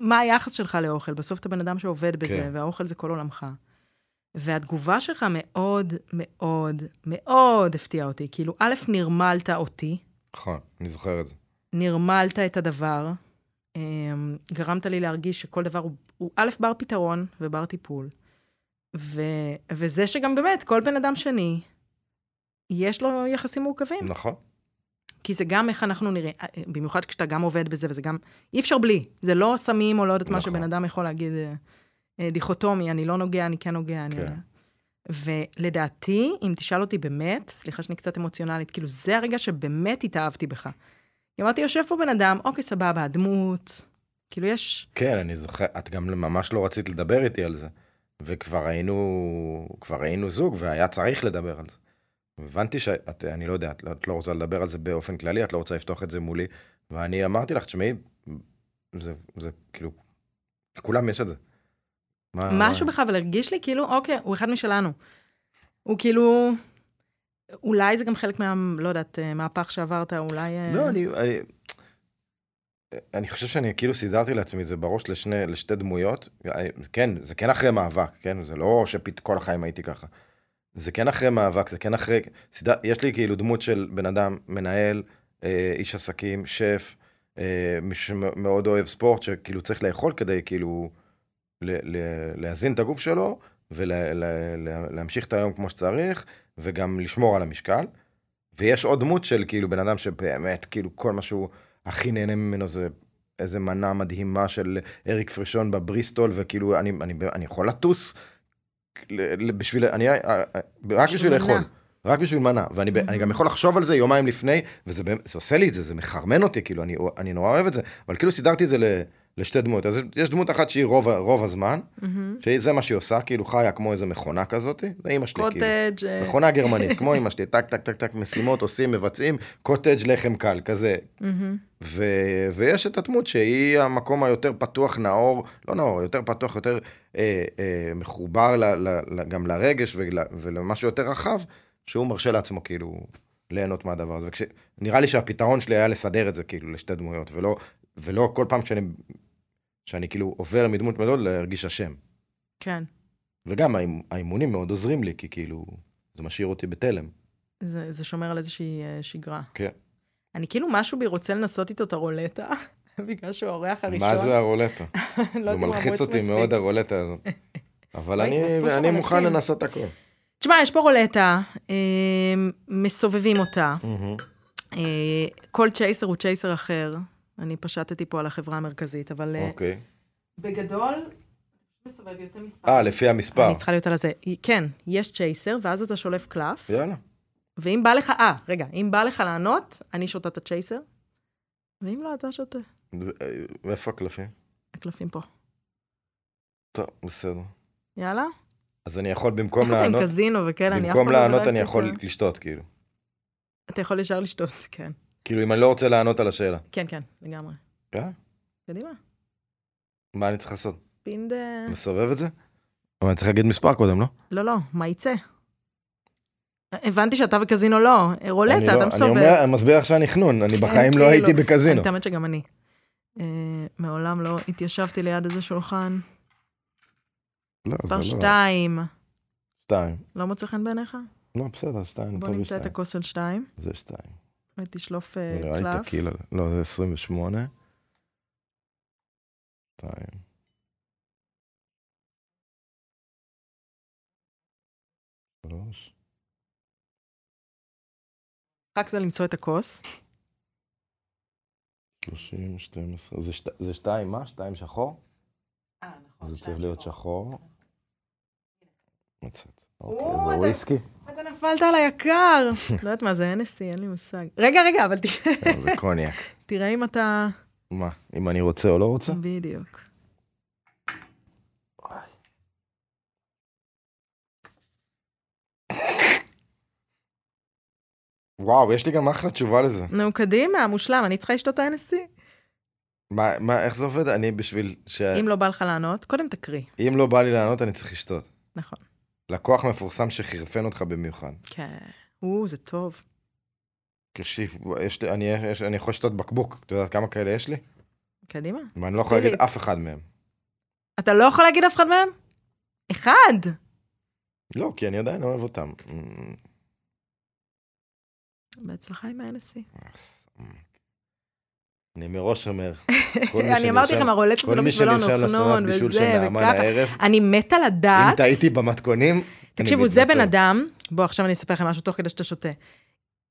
Speaker 1: מה היחס שלך לאוכל. בסוף אתה בן אדם שעובד בזה,
Speaker 2: כן.
Speaker 1: כן. והאוכל זה כל עולמך. והתגובה שלך מאוד מאוד מאוד הפתיעה אותי. כאילו, א', נרמלת אותי,
Speaker 2: נכון, אני זוכר את זה.
Speaker 1: נרמלת את הדבר, אמ, גרמת לי להרגיש שכל דבר הוא, הוא א', בר פתרון ובר טיפול. ו, וזה שגם באמת, כל בן אדם שני, יש לו יחסים מורכבים.
Speaker 2: נכון.
Speaker 1: כי זה גם איך אנחנו נראים, אה, במיוחד כשאתה גם עובד בזה, וזה גם, אי אפשר בלי. זה לא סמים או לא יודעת מה
Speaker 2: נכון.
Speaker 1: שבן אדם יכול להגיד, אה, אה, דיכוטומי, אני לא נוגע, אני כן נוגע, אני
Speaker 2: כן.
Speaker 1: יודע. ולדעתי, אם תשאל אותי באמת, סליחה שאני קצת אמוציונלית, כאילו זה הרגע שבאמת התאהבתי בך. כי אמרתי, יושב פה בן אדם, אוקיי, סבבה, הדמות, כאילו יש,
Speaker 2: כן, אני זוכר, את גם ממש לא רצית לדבר איתי על זה. וכבר היינו, כבר היינו זוג והיה צריך לדבר על זה. הבנתי שאת, אני לא יודע, את לא, את לא רוצה לדבר על זה באופן כללי, את לא רוצה לפתוח את זה מולי. ואני אמרתי לך, תשמעי, זה, זה כאילו, לכולם יש את זה. מה,
Speaker 1: משהו בך, אבל הרגיש לי כאילו, אוקיי, הוא אחד משלנו. הוא כאילו, אולי זה גם חלק מה, לא יודעת, אה, מהפך שעברת, אולי... אה,
Speaker 2: לא, אני, אני, אני חושב שאני כאילו סידרתי לעצמי את זה בראש לשני, לשתי דמויות. כן, זה כן אחרי מאבק, כן? זה לא שכל החיים הייתי ככה. זה כן אחרי מאבק, זה כן אחרי... סידר, יש לי כאילו דמות של בן אדם, מנהל, אה, איש עסקים, שף, אה, מישהו שמאוד אוהב ספורט, שכאילו צריך לאכול כדי כאילו ל, ל, להזין את הגוף שלו ולהמשיך את היום כמו שצריך, וגם לשמור על המשקל. ויש עוד דמות של כאילו בן אדם שבאמת, כאילו כל מה שהוא, הכי נהנה ממנו זה איזה מנה מדהימה של אריק פרישון בבריסטול, וכאילו, אני, אני, אני יכול לטוס ל- ל- בשביל, אני, אה, רק בשביל
Speaker 1: בשביל
Speaker 2: לאכול.
Speaker 1: מנה.
Speaker 2: רק בשביל מנה, ואני אני גם יכול לחשוב על זה יומיים לפני, וזה באמת- זה עושה לי את זה, זה מחרמן אותי, כאילו, אני, אני נורא אוהב את זה, אבל כאילו סידרתי את זה ל, לשתי דמויות. אז יש דמות אחת שהיא רוב, ה- רוב הזמן, שזה מה שהיא עושה, כאילו חיה כמו איזה מכונה כזאת, זה אימא שלי, כאילו.
Speaker 1: קוטג', אה,
Speaker 2: מכונה גרמנית, כמו אמא שלי, טק, טק, טק, טק, משימות, עושים, מבצעים, קוטג' לחם קל, כזה. ו... ויש את הדמות שהיא המקום היותר פתוח, נאור, לא נאור, יותר פתוח, יותר אה, אה, מחובר ל, ל, ל, גם לרגש ול, ולמשהו יותר רחב, שהוא מרשה לעצמו כאילו ליהנות מהדבר הזה. וכש... נראה לי שהפתרון שלי היה לסדר את זה כאילו לשתי דמויות, ולא, ולא כל פעם שאני, שאני כאילו עובר מדמות מדוד להרגיש אשם.
Speaker 1: כן,
Speaker 2: וגם האימ- האימונים מאוד עוזרים לי, כי כאילו, זה משאיר אותי בתלם.
Speaker 1: זה זה שומר על איזושהי אה, שגרה.
Speaker 2: כן.
Speaker 1: אני כאילו משהו בי רוצה לנסות איתו את הרולטה, [laughs] בגלל שהוא האורח הראשון.
Speaker 2: מה זה הרולטה?
Speaker 1: לא
Speaker 2: זה
Speaker 1: יודעת אם הוא
Speaker 2: מלחיץ
Speaker 1: ערוץ
Speaker 2: אותי
Speaker 1: מספיק.
Speaker 2: מאוד הרולטה הזאת. אבל
Speaker 1: לא,
Speaker 2: אני-
Speaker 1: התווספו שם
Speaker 2: אני מוכן
Speaker 1: אנשים.
Speaker 2: לנסות הכל.
Speaker 1: תשמע, יש פה רולטה, אה, מסובבים אותה. אה, כל צ'ייסר הוא צ'ייסר אחר. אני פשטתי פה על החברה המרכזית, אבל אה,
Speaker 2: אוקיי.
Speaker 1: בגדול, מסובב, יוצא מספר.
Speaker 2: אה, לפי המספר.
Speaker 1: אני צריכה להיות על הזה. כן, יש צ'ייסר, ואז אתה שולף קלף,
Speaker 2: יאללה.
Speaker 1: ואם בא לך, אה, רגע, אם בא לך לענות, אני שותה את הצ'ייסר, ואם לא, אתה שותה.
Speaker 2: ו- אה, איפה הקלפים?
Speaker 1: הקלפים פה.
Speaker 2: טוב, בסדר.
Speaker 1: יאללה?
Speaker 2: אז אני יכול
Speaker 1: איך
Speaker 2: במקום
Speaker 1: אתה עם
Speaker 2: לענות,
Speaker 1: קזינו וכאלה, אני אף פעם
Speaker 2: במקום
Speaker 1: לא
Speaker 2: לענות
Speaker 1: בדקתי
Speaker 2: אני
Speaker 1: את
Speaker 2: יכול
Speaker 1: זה.
Speaker 2: לשתות, כאילו.
Speaker 1: אתה יכול ישר לשתות, [laughs] כן.
Speaker 2: כאילו, אם אני לא רוצה לענות על השאלה.
Speaker 1: כן, כן, לגמרי.
Speaker 2: אה?
Speaker 1: קדימה.
Speaker 2: מה אני צריך לעשות?
Speaker 1: פינד... אה,
Speaker 2: מסובב את זה? אבל אני צריך להגיד מספר קודם, לא?
Speaker 1: לא, לא, מה יצא? הבנתי שאתה וקזינו לא,
Speaker 2: אני
Speaker 1: רולטה,
Speaker 2: לא-
Speaker 1: אתה
Speaker 2: אני
Speaker 1: מסובב.
Speaker 2: אומר- אני מסביר לך שאני חנון, אני
Speaker 1: כן,
Speaker 2: בחיים לא
Speaker 1: כאילו.
Speaker 2: הייתי בקזינו.
Speaker 1: אני תאמת שגם אני. אה, מעולם לא התיישבתי ליד איזה שולחן.
Speaker 2: לא,
Speaker 1: מספר
Speaker 2: זה לא.
Speaker 1: שתיים.
Speaker 2: שתיים.
Speaker 1: לא מוצא חן בעיניך?
Speaker 2: לא, בסדר, שתיים.
Speaker 1: בוא
Speaker 2: טוב,
Speaker 1: נמצא את
Speaker 2: שתיים.
Speaker 1: הכוס של שתיים,
Speaker 2: זה שתיים.
Speaker 1: ותשלוף אה,
Speaker 2: נראה לי
Speaker 1: קלף.
Speaker 2: טקילה. לא, זה 28. שתיים. שלוש.
Speaker 1: רק זה למצוא את הכוס.
Speaker 2: שלושים, שתים עשרה. זה שת- זה שתיים מה? שתיים שחור?
Speaker 1: אה, נכון,
Speaker 2: זה צריך להיות שחור. מצאת.
Speaker 1: או,
Speaker 2: אוקיי, זה
Speaker 1: אתה-
Speaker 2: וויסקי?
Speaker 1: אתה נפלת על היקר. [laughs] לא יודעת מה זה NSC, אין לי מושג. רגע, רגע, אבל ת-
Speaker 2: לא, זה קוניאק.
Speaker 1: תראה אם אתה...
Speaker 2: מה, אם אני רוצה או לא רוצה?
Speaker 1: בדיוק.
Speaker 2: וואו, יש לי גם אחלה תשובה לזה.
Speaker 1: נו, קדימה, מושלם, אני צריכה לשתות את E? ה-NSC.
Speaker 2: מה, מה, איך זה עובד? אני בשביל ש...
Speaker 1: אם לא בא לך לענות, קודם תקריא.
Speaker 2: אם לא בא לי לענות, אני צריך לשתות.
Speaker 1: נכון.
Speaker 2: לקוח מפורסם שחירפן אותך במיוחד.
Speaker 1: כן. או, זה טוב.
Speaker 2: תקשיב, יש לי, אני, יש, אני יכול לשתות בקבוק, את יודעת כמה כאלה יש לי?
Speaker 1: קדימה.
Speaker 2: ואני לא יכול
Speaker 1: ספיריט.
Speaker 2: להגיד אף אחד מהם.
Speaker 1: אתה לא יכול להגיד אף אחד מהם? אחד!
Speaker 2: לא, כי אני עדיין אוהב אותם. אמ,
Speaker 1: בהצלחה עם E. ה-NSC.
Speaker 2: אני
Speaker 1: [laughs]
Speaker 2: מראש אומר, כל מי
Speaker 1: אני אמרתי
Speaker 2: שנרשם-
Speaker 1: לכם, הרולטה זה
Speaker 2: כל
Speaker 1: לא
Speaker 2: מי
Speaker 1: בשבילנו,
Speaker 2: שנרשם
Speaker 1: חנון,
Speaker 2: לסדנת בישול של
Speaker 1: וזה,
Speaker 2: נעמה
Speaker 1: וככה.
Speaker 2: לערב,
Speaker 1: אני מתה
Speaker 2: אם
Speaker 1: לדעת.
Speaker 2: טעיתי במתכונים, אני
Speaker 1: תקשיבו, זה בן
Speaker 2: מתנצל.
Speaker 1: אדם, בוא, עכשיו אני אספר לכם משהו תוך כדי שאתה שותה.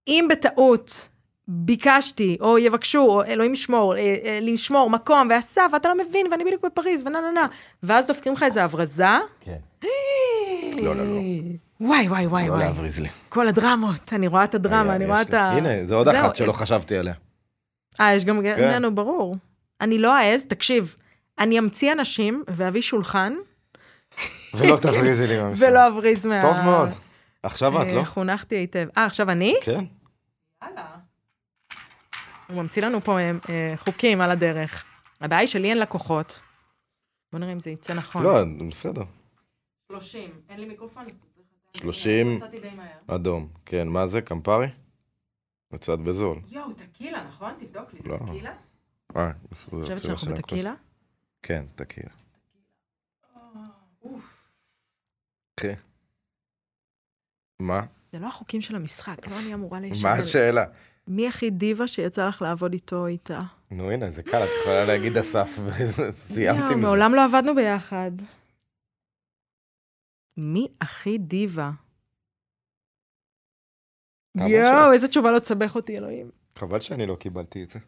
Speaker 1: אם בטעות ביקשתי, או יבקשו, או אלוהים ישמור, אה, אה, לשמור מקום, ועשה, ואתה לא מבין, ואני בדיוק בפריז, ונה נה נה, ואז דופקים לך איזה הברזה.
Speaker 2: כן. לא, לא, לא.
Speaker 1: וואי, וואי, וואי,
Speaker 2: לא
Speaker 1: וואי.
Speaker 2: להבריז לי.
Speaker 1: כל הדרמות, אני רואה את הדרמה,
Speaker 2: היה,
Speaker 1: אני
Speaker 2: יש
Speaker 1: רואה
Speaker 2: לי.
Speaker 1: את ה...
Speaker 2: הנה, זה עוד
Speaker 1: זהו,
Speaker 2: אחת שלא
Speaker 1: [laughs]
Speaker 2: חשבתי עליה.
Speaker 1: אה, יש גם... כן. נו, ברור. אני לא אעז, תקשיב, אני אמציא אנשים ואביא שולחן,
Speaker 2: ולא תבריזי לי מהמשחק.
Speaker 1: ולא אבריז מה...
Speaker 2: טוב מאוד. עכשיו את,
Speaker 1: אה,
Speaker 2: לא?
Speaker 1: חונכתי היטב. אה, עכשיו אני?
Speaker 2: כן.
Speaker 1: הוא ממציא לנו פה אה, אה, חוקים על הדרך. הבעיה היא שלי אין לקוחות. בוא נראה אם זה יצא נכון.
Speaker 2: לא, בסדר.
Speaker 1: 30, אין לי מיקרופון, אז אתה צריך...
Speaker 2: 30.
Speaker 1: יצאתי די מהר.
Speaker 2: אדום. כן, מה זה? קמפרי? מצד בזול.
Speaker 1: יואו, טקילה, נכון? תבדוק לי,
Speaker 2: זה לא. טקילה? אה, בסדר.
Speaker 1: אני חושבת שאנחנו בטקילה. אה,
Speaker 2: כן, טקילה. אחי. מה?
Speaker 1: זה לא החוקים של המשחק, לא אני אמורה
Speaker 2: מה
Speaker 1: להישאר.
Speaker 2: השאלה?
Speaker 1: מי הכי דיבה שיצא לך לעבוד איתו או איתה?
Speaker 2: נו, הנה, זה קל, את יכולה להגיד אסף, [laughs] וסיימתי
Speaker 1: יואו,
Speaker 2: מזה.
Speaker 1: מעולם לא עבדנו ביחד. מי הכי דיבה?
Speaker 2: אמא שלה.
Speaker 1: יואו, איזה תשובה לא תסבך אותי, אלוהים.
Speaker 2: חבל שאני לא קיבלתי את זה.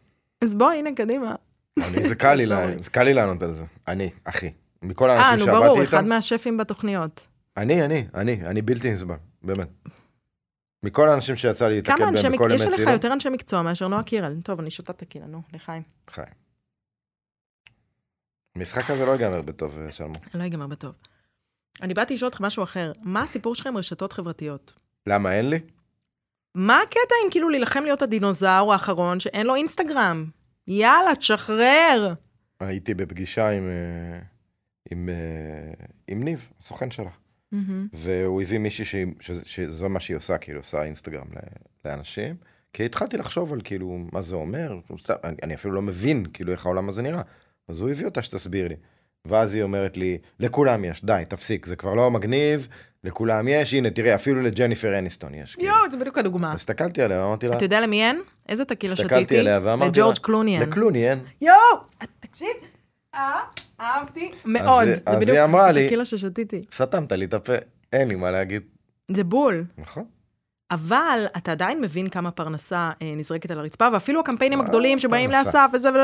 Speaker 1: אז בוא, הנה, קדימה.
Speaker 2: אני, זה
Speaker 1: [laughs]
Speaker 2: קל לי, לה- זה קל לי לענות על זה. אני, אחי. מכל
Speaker 1: אה,
Speaker 2: האנשים
Speaker 1: נו,
Speaker 2: שעבדתי
Speaker 1: ברור, אחד
Speaker 2: איתם,
Speaker 1: מהשפים בתוכניות.
Speaker 2: אני, אני, אני, אני בלתי נסבל, באמת. מכל האנשים שיצא לי להתקל
Speaker 1: כמה
Speaker 2: בהם
Speaker 1: אנשי
Speaker 2: בכל
Speaker 1: מקצוע,
Speaker 2: ימי
Speaker 1: יש לך
Speaker 2: צילום,
Speaker 1: יותר אנשי מקצוע מאשר נועה קירל. טוב, אני שותה תקינה, נו, לחיים.
Speaker 2: חי. המשחק הזה לא ייגמר בטוב, אה, שלמה.
Speaker 1: לא ייגמר בטוב. אני באתי לשאול אותך משהו אחר. מה הסיפור שלך עם רשתות חברתיות?
Speaker 2: למה אין לי?
Speaker 1: מה הקטע עם כאילו להילחם להיות הדינוזאור האחרון שאין לו אינסטגרם? יאללה, תשחרר.
Speaker 2: הייתי בפגישה עם, אה, עם, אה, עם ניב, הסוכן שלך,
Speaker 1: מהמם.
Speaker 2: והוא הביא מישהי ש, ש, שזה מה שהיא עושה, כאילו, עושה אינסטגרם ל- לאנשים, כי התחלתי לחשוב על כאילו מה זה אומר, סתם, אני, אני אפילו לא מבין כאילו איך העולם הזה נראה, אז הוא הביא אותה שתסביר לי. ואז היא אומרת לי, לכולם יש, די, תפסיק, זה כבר לא מגניב, לכולם יש, הנה, תראה, אפילו לג'ניפר אניסטון יש. כאילו.
Speaker 1: יואו, זו בדיוק הדוגמה.
Speaker 2: הסתכלתי עליה, אמרתי לה,
Speaker 1: אתה יודע למי אין? איזה טקילה שתיתי?
Speaker 2: הסתכלתי עליה ואמרתי לה,
Speaker 1: לג'ורג' קלוני אין.
Speaker 2: לקלוני, אין.
Speaker 1: יואו! תקשיב, אה, אהבתי מאוד.
Speaker 2: אז-
Speaker 1: זה
Speaker 2: אז
Speaker 1: בדיוק
Speaker 2: היא אמרה לי-
Speaker 1: הטקילה ששתיתי.
Speaker 2: סתמת לי את הפה, אין לי מה להגיד.
Speaker 1: זה בול.
Speaker 2: נכון.
Speaker 1: אבל אתה עדיין מבין כמה פרנסה אה, נזרקת על הרצפה, ואפילו הקמפיינים
Speaker 2: מה
Speaker 1: הגדולים שבאים
Speaker 2: אה, פרנסה?
Speaker 1: לאסף וזה וזה,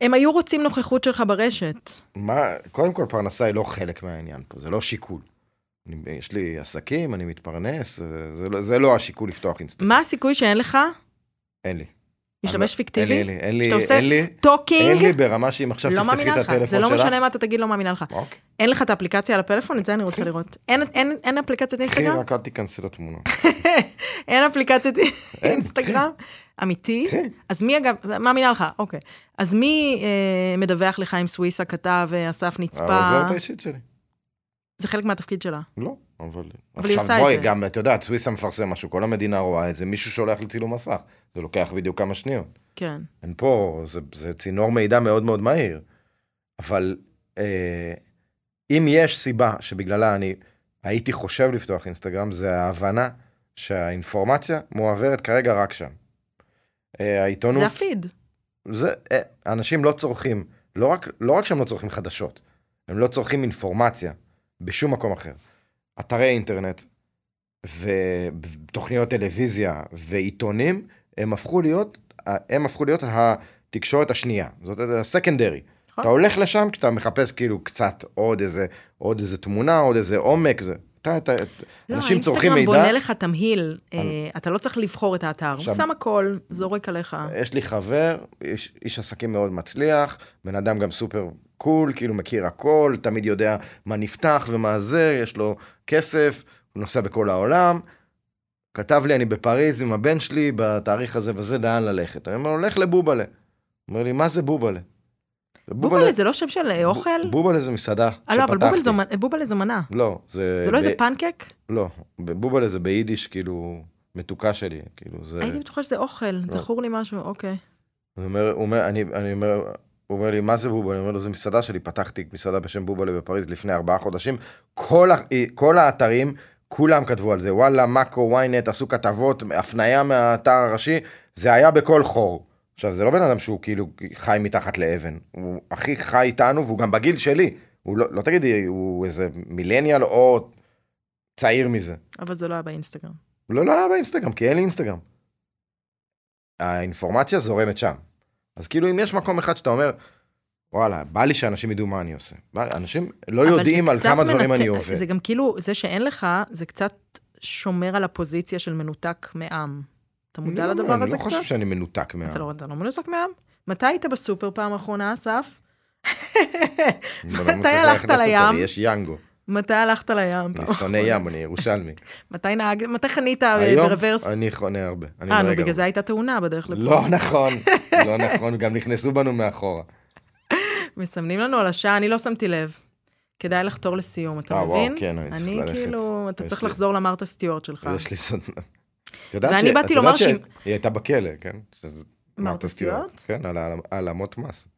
Speaker 1: הם היו רוצים נוכחות שלך ברשת.
Speaker 2: מה, קודם כל פרנסה היא לא חלק מהעניין פה, זה לא שיקול. אני, יש לי עסקים, אני מתפרנס, אה, זה לא, זה לא השיקול לפתוח אינסטגרם,
Speaker 1: מה הסיכוי שאין לך?
Speaker 2: אין לי.
Speaker 1: משתמש
Speaker 2: אין לי,
Speaker 1: פיקטיבי?
Speaker 2: אין לי, אין לי,
Speaker 1: שאתה עושה
Speaker 2: אין לי, אין לי
Speaker 1: סטוקינג?
Speaker 2: ברמה שאם עכשיו
Speaker 1: לא
Speaker 2: תפתחי
Speaker 1: מאמינה
Speaker 2: את
Speaker 1: לך,
Speaker 2: הטלפון שלך.
Speaker 1: זה לא משנה מה אתה תגיד, לא מאמינה לך.
Speaker 2: אוקיי.
Speaker 1: אין לך את האפליקציה על הפלאפון? את זה אני רוצה לראות. אין- אין אין אפליקציית
Speaker 2: קחי
Speaker 1: אינסטגרם?
Speaker 2: כן. רק אל תיכנסי לתמונה.
Speaker 1: אין אפליקציית
Speaker 2: אין,
Speaker 1: אינסטגרם? אמיתי?
Speaker 2: כן.
Speaker 1: אז מי אגב, מאמינה לך, אוקיי. אז מי אה, מדווח לך אם סוויסה כתב, אה, אסף נצפה?
Speaker 2: העוזרת האישית שלי.
Speaker 1: זה חלק מהתפקיד שלה.
Speaker 2: לא, אבל...
Speaker 1: אבל היא
Speaker 2: עכשיו
Speaker 1: עושה את
Speaker 2: בואי,
Speaker 1: זה.
Speaker 2: גם, את יודעת, סוויסה מפרסם משהו, כל המדינה רואה את זה, מישהו שולח לצילום מסך. זה לוקח בדיוק כמה שניות.
Speaker 1: כן.
Speaker 2: אין פה, זה, זה צינור מידע מאוד מאוד מהיר. אבל אה, אם יש סיבה שבגללה אני הייתי חושב לפתוח אינסטגרם, זה ההבנה שהאינפורמציה מועברת כרגע רק שם. אה, העיתונות,
Speaker 1: זה הפיד.
Speaker 2: זה, אה, אנשים לא צורכים, לא רק, לא רק שהם לא צורכים חדשות, הם לא צורכים אינפורמציה בשום מקום אחר. אתרי אינטרנט ותוכניות טלוויזיה ועיתונים, הם הפכו להיות, הם הפכו להיות התקשורת השנייה, זאת אומרת, הסקנדרי.
Speaker 1: נכון.
Speaker 2: אתה הולך לשם כשאתה מחפש כאילו קצת עוד איזה, עוד איזה תמונה, עוד איזה עומק, זה, אתה, אתה,
Speaker 1: לא,
Speaker 2: אנשים צורכים
Speaker 1: האינסטגרם
Speaker 2: מידע.
Speaker 1: בונה לך תמהיל, אה, אתה לא צריך לבחור את האתר, הוא
Speaker 2: עכשיו- אה,
Speaker 1: שם הכל, זורק עליך.
Speaker 2: יש לי חבר, איש, איש עסקים מאוד מצליח, בן אדם גם סופר קול, כאילו מכיר הכל, תמיד יודע מה נפתח ומה זה, יש לו כסף, הוא נוסע בכל העולם. כתב לי, אני בפריז עם הבן שלי, בתאריך הזה וזה, לאן ללכת. אני אומר לו, לך לבובלה. הוא אומר לי, מה זה בובלה?
Speaker 1: בובלה זה לא שם של אה,
Speaker 2: בוב-
Speaker 1: אוכל?
Speaker 2: בובלה זה מסעדה
Speaker 1: אה, לא, אבל
Speaker 2: שפתחתי.
Speaker 1: בובל זו מנ- בובלה זו מנה.
Speaker 2: לא, זה...
Speaker 1: זה לא איזה
Speaker 2: ב-
Speaker 1: פנקק?
Speaker 2: לא, בובלה זה ביידיש, כאילו, מתוקה שלי, כאילו, זה...
Speaker 1: הייתי בטוחה שזה
Speaker 2: לא.
Speaker 1: אוכל, זכור לי משהו, אוקיי.
Speaker 2: הוא אומר, הוא אומר, אני, אני אומר, הוא אומר לי, מה זה בובה? אני אומר לו, זו מסעדה שלי, פתחתי מסעדה בשם בובלה בפריז לפני ארבעה חודשים. כל, ה- כל האתרים, כולם כתבו על זה, וואלה, מאקו, ynet, עשו כתבות, הפנייה מהאתר הראשי, זה היה בכל חור. עכשיו, זה לא בן אדם שהוא כאילו חי מתחת לאבן, הוא הכי חי איתנו, והוא גם בגיל שלי. הוא לא, לא תגידי, הוא איזה מילניאל או צעיר מזה.
Speaker 1: אבל זה לא היה באינסטגרם.
Speaker 2: לא, לא היה באינסטגרם, כי אין לי אינסטגרם. האינפורמציה זורמת שם. אז כאילו אם יש מקום אחד שאתה אומר, וואלה, בא לי שאנשים ידעו מה אני עושה. מה, אנשים לא
Speaker 1: אבל זה
Speaker 2: יודעים על
Speaker 1: קצת
Speaker 2: כמה דברים
Speaker 1: מנתק-
Speaker 2: אני עובד.
Speaker 1: זה גם כאילו, זה שאין לך, זה קצת שומר על הפוזיציה של מנותק מעם. אתה מודע
Speaker 2: לא,
Speaker 1: לדבר
Speaker 2: אני
Speaker 1: הזה
Speaker 2: לא חושב
Speaker 1: קצת?
Speaker 2: שאני מנותק מה...
Speaker 1: אתה לא- אתה לא מנותק מעם? מתי היית בסופר פעם אחרונה, אסף?
Speaker 2: אני לא
Speaker 1: מתי
Speaker 2: מצליח ללכת
Speaker 1: הלכת
Speaker 2: לסופר,
Speaker 1: לים? נכון.
Speaker 2: יש יאנגו,
Speaker 1: מתי הלכת לים?
Speaker 2: אני
Speaker 1: פעם
Speaker 2: שונא
Speaker 1: אחרונה?
Speaker 2: ים, אני
Speaker 1: [laughs]
Speaker 2: ירושלמי.
Speaker 1: מתי נהג, מתי חנית
Speaker 2: היום
Speaker 1: ברוורס?
Speaker 2: אני חונה הרבה. אני
Speaker 1: אה,
Speaker 2: נוהג
Speaker 1: נו,
Speaker 2: הרבה.
Speaker 1: בגלל זה הייתה תאונה בדרך לפה.
Speaker 2: לא נכון, לא נכון, גם נכנסו בנו מאחורה.
Speaker 1: מסמנים לנו על השעה, אני לא שמתי לב. כדאי לחתור לסיום, אתה
Speaker 2: אה, וואו,
Speaker 1: מבין?
Speaker 2: כן, אני צריך ללכת.
Speaker 1: אני כאילו, אתה
Speaker 2: יש
Speaker 1: צריך
Speaker 2: לי-
Speaker 1: לחזור למרתה סטיוארט שלך.
Speaker 2: יש לי סודנה. את יודעת
Speaker 1: ואני
Speaker 2: ש-
Speaker 1: באתי
Speaker 2: את
Speaker 1: לומר
Speaker 2: יודעת
Speaker 1: שהיא-
Speaker 2: שהיא הייתה בכלא, כן? שזה-
Speaker 1: מרתה
Speaker 2: מרתה
Speaker 1: סטיוארט?
Speaker 2: כן, על העל- העלמות מס.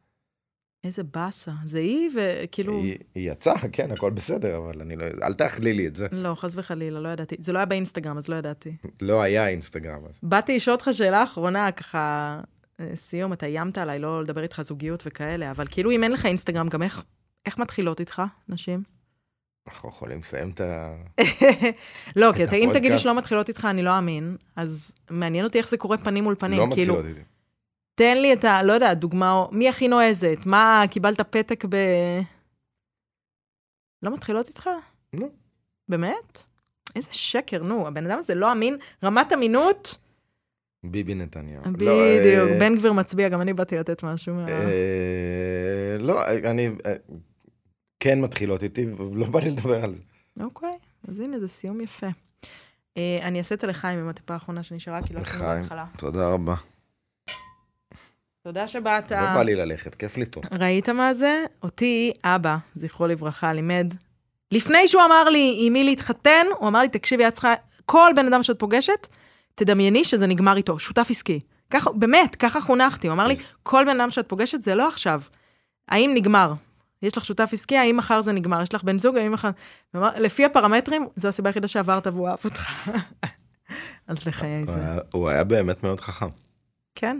Speaker 1: איזה באסה. זה היא וכאילו...
Speaker 2: היא היא יצאה, כן, הכל בסדר, אבל אני לא... אל תכלילי את זה.
Speaker 1: לא, חס וחלילה, לא ידעתי. זה לא היה באינסטגרם, אז לא ידעתי.
Speaker 2: לא היה אינסטגרם אז.
Speaker 1: באתי לשאול אותך שאלה אחרונה, ככה, אה, סיום, אתה איימת עליי לא לדבר איתך זוגיות וכאלה, אבל כאילו, אם אין לך אינסטגרם, גם איך, איך מתחילות איתך, נשים?
Speaker 2: אנחנו יכולים לסיים את ה...
Speaker 1: לא, כי אתה- אם
Speaker 2: הפודקאסט.
Speaker 1: תגיד לי שלא מתחילות איתך, אני לא אאמין, אז מעניין אותי איך זה קורה פנים מול פנים,
Speaker 2: לא
Speaker 1: כאילו,
Speaker 2: מתחילות איתי.
Speaker 1: תן לי את ה... לא יודע, דוגמה, מי הכי נועזת? מה, קיבלת פתק ב... לא מתחילות איתך?
Speaker 2: לא.
Speaker 1: באמת? איזה שקר, נו, הבן אדם הזה לא אמין, רמת אמינות?
Speaker 2: ביבי נתניהו. לא, אה,
Speaker 1: בדיוק, בן גביר מצביע, גם אני באתי לתת משהו. מה-
Speaker 2: אה, לא, אני... אה, כן מתחילות איתי, לא בא לי לדבר על זה.
Speaker 1: אוקיי, אז הנה, זה סיום יפה. אה, אני אעשה את זה לחיים עם הטיפה האחרונה שנשארה, כי לא הייתי
Speaker 2: לחיים.
Speaker 1: בהתחלה.
Speaker 2: תודה רבה.
Speaker 1: תודה שבאת.
Speaker 2: לא בא לי ללכת, כיף לי פה.
Speaker 1: ראית מה זה? אותי אבא, זכרו לברכה, לימד. לפני שהוא אמר לי עם מי להתחתן, הוא אמר לי, תקשיבי, את צריכה, כל בן אדם שאת פוגשת, תדמייני שזה נגמר איתו, שותף עסקי. ככה, באמת, ככה חונכתי. הוא אמר לי, כל בן אדם שאת פוגשת זה לא עכשיו. האם נגמר? יש לך שותף עסקי, האם מחר זה נגמר? יש לך בן זוג, האם מחר... הוא אמר, לפי הפרמטרים, זו הסיבה היחידה שעברת והוא אהב אותך. [laughs] אז לחיי
Speaker 2: הוא
Speaker 1: זה.
Speaker 2: היה- הוא היה באמת מאוד חכם.
Speaker 1: כן,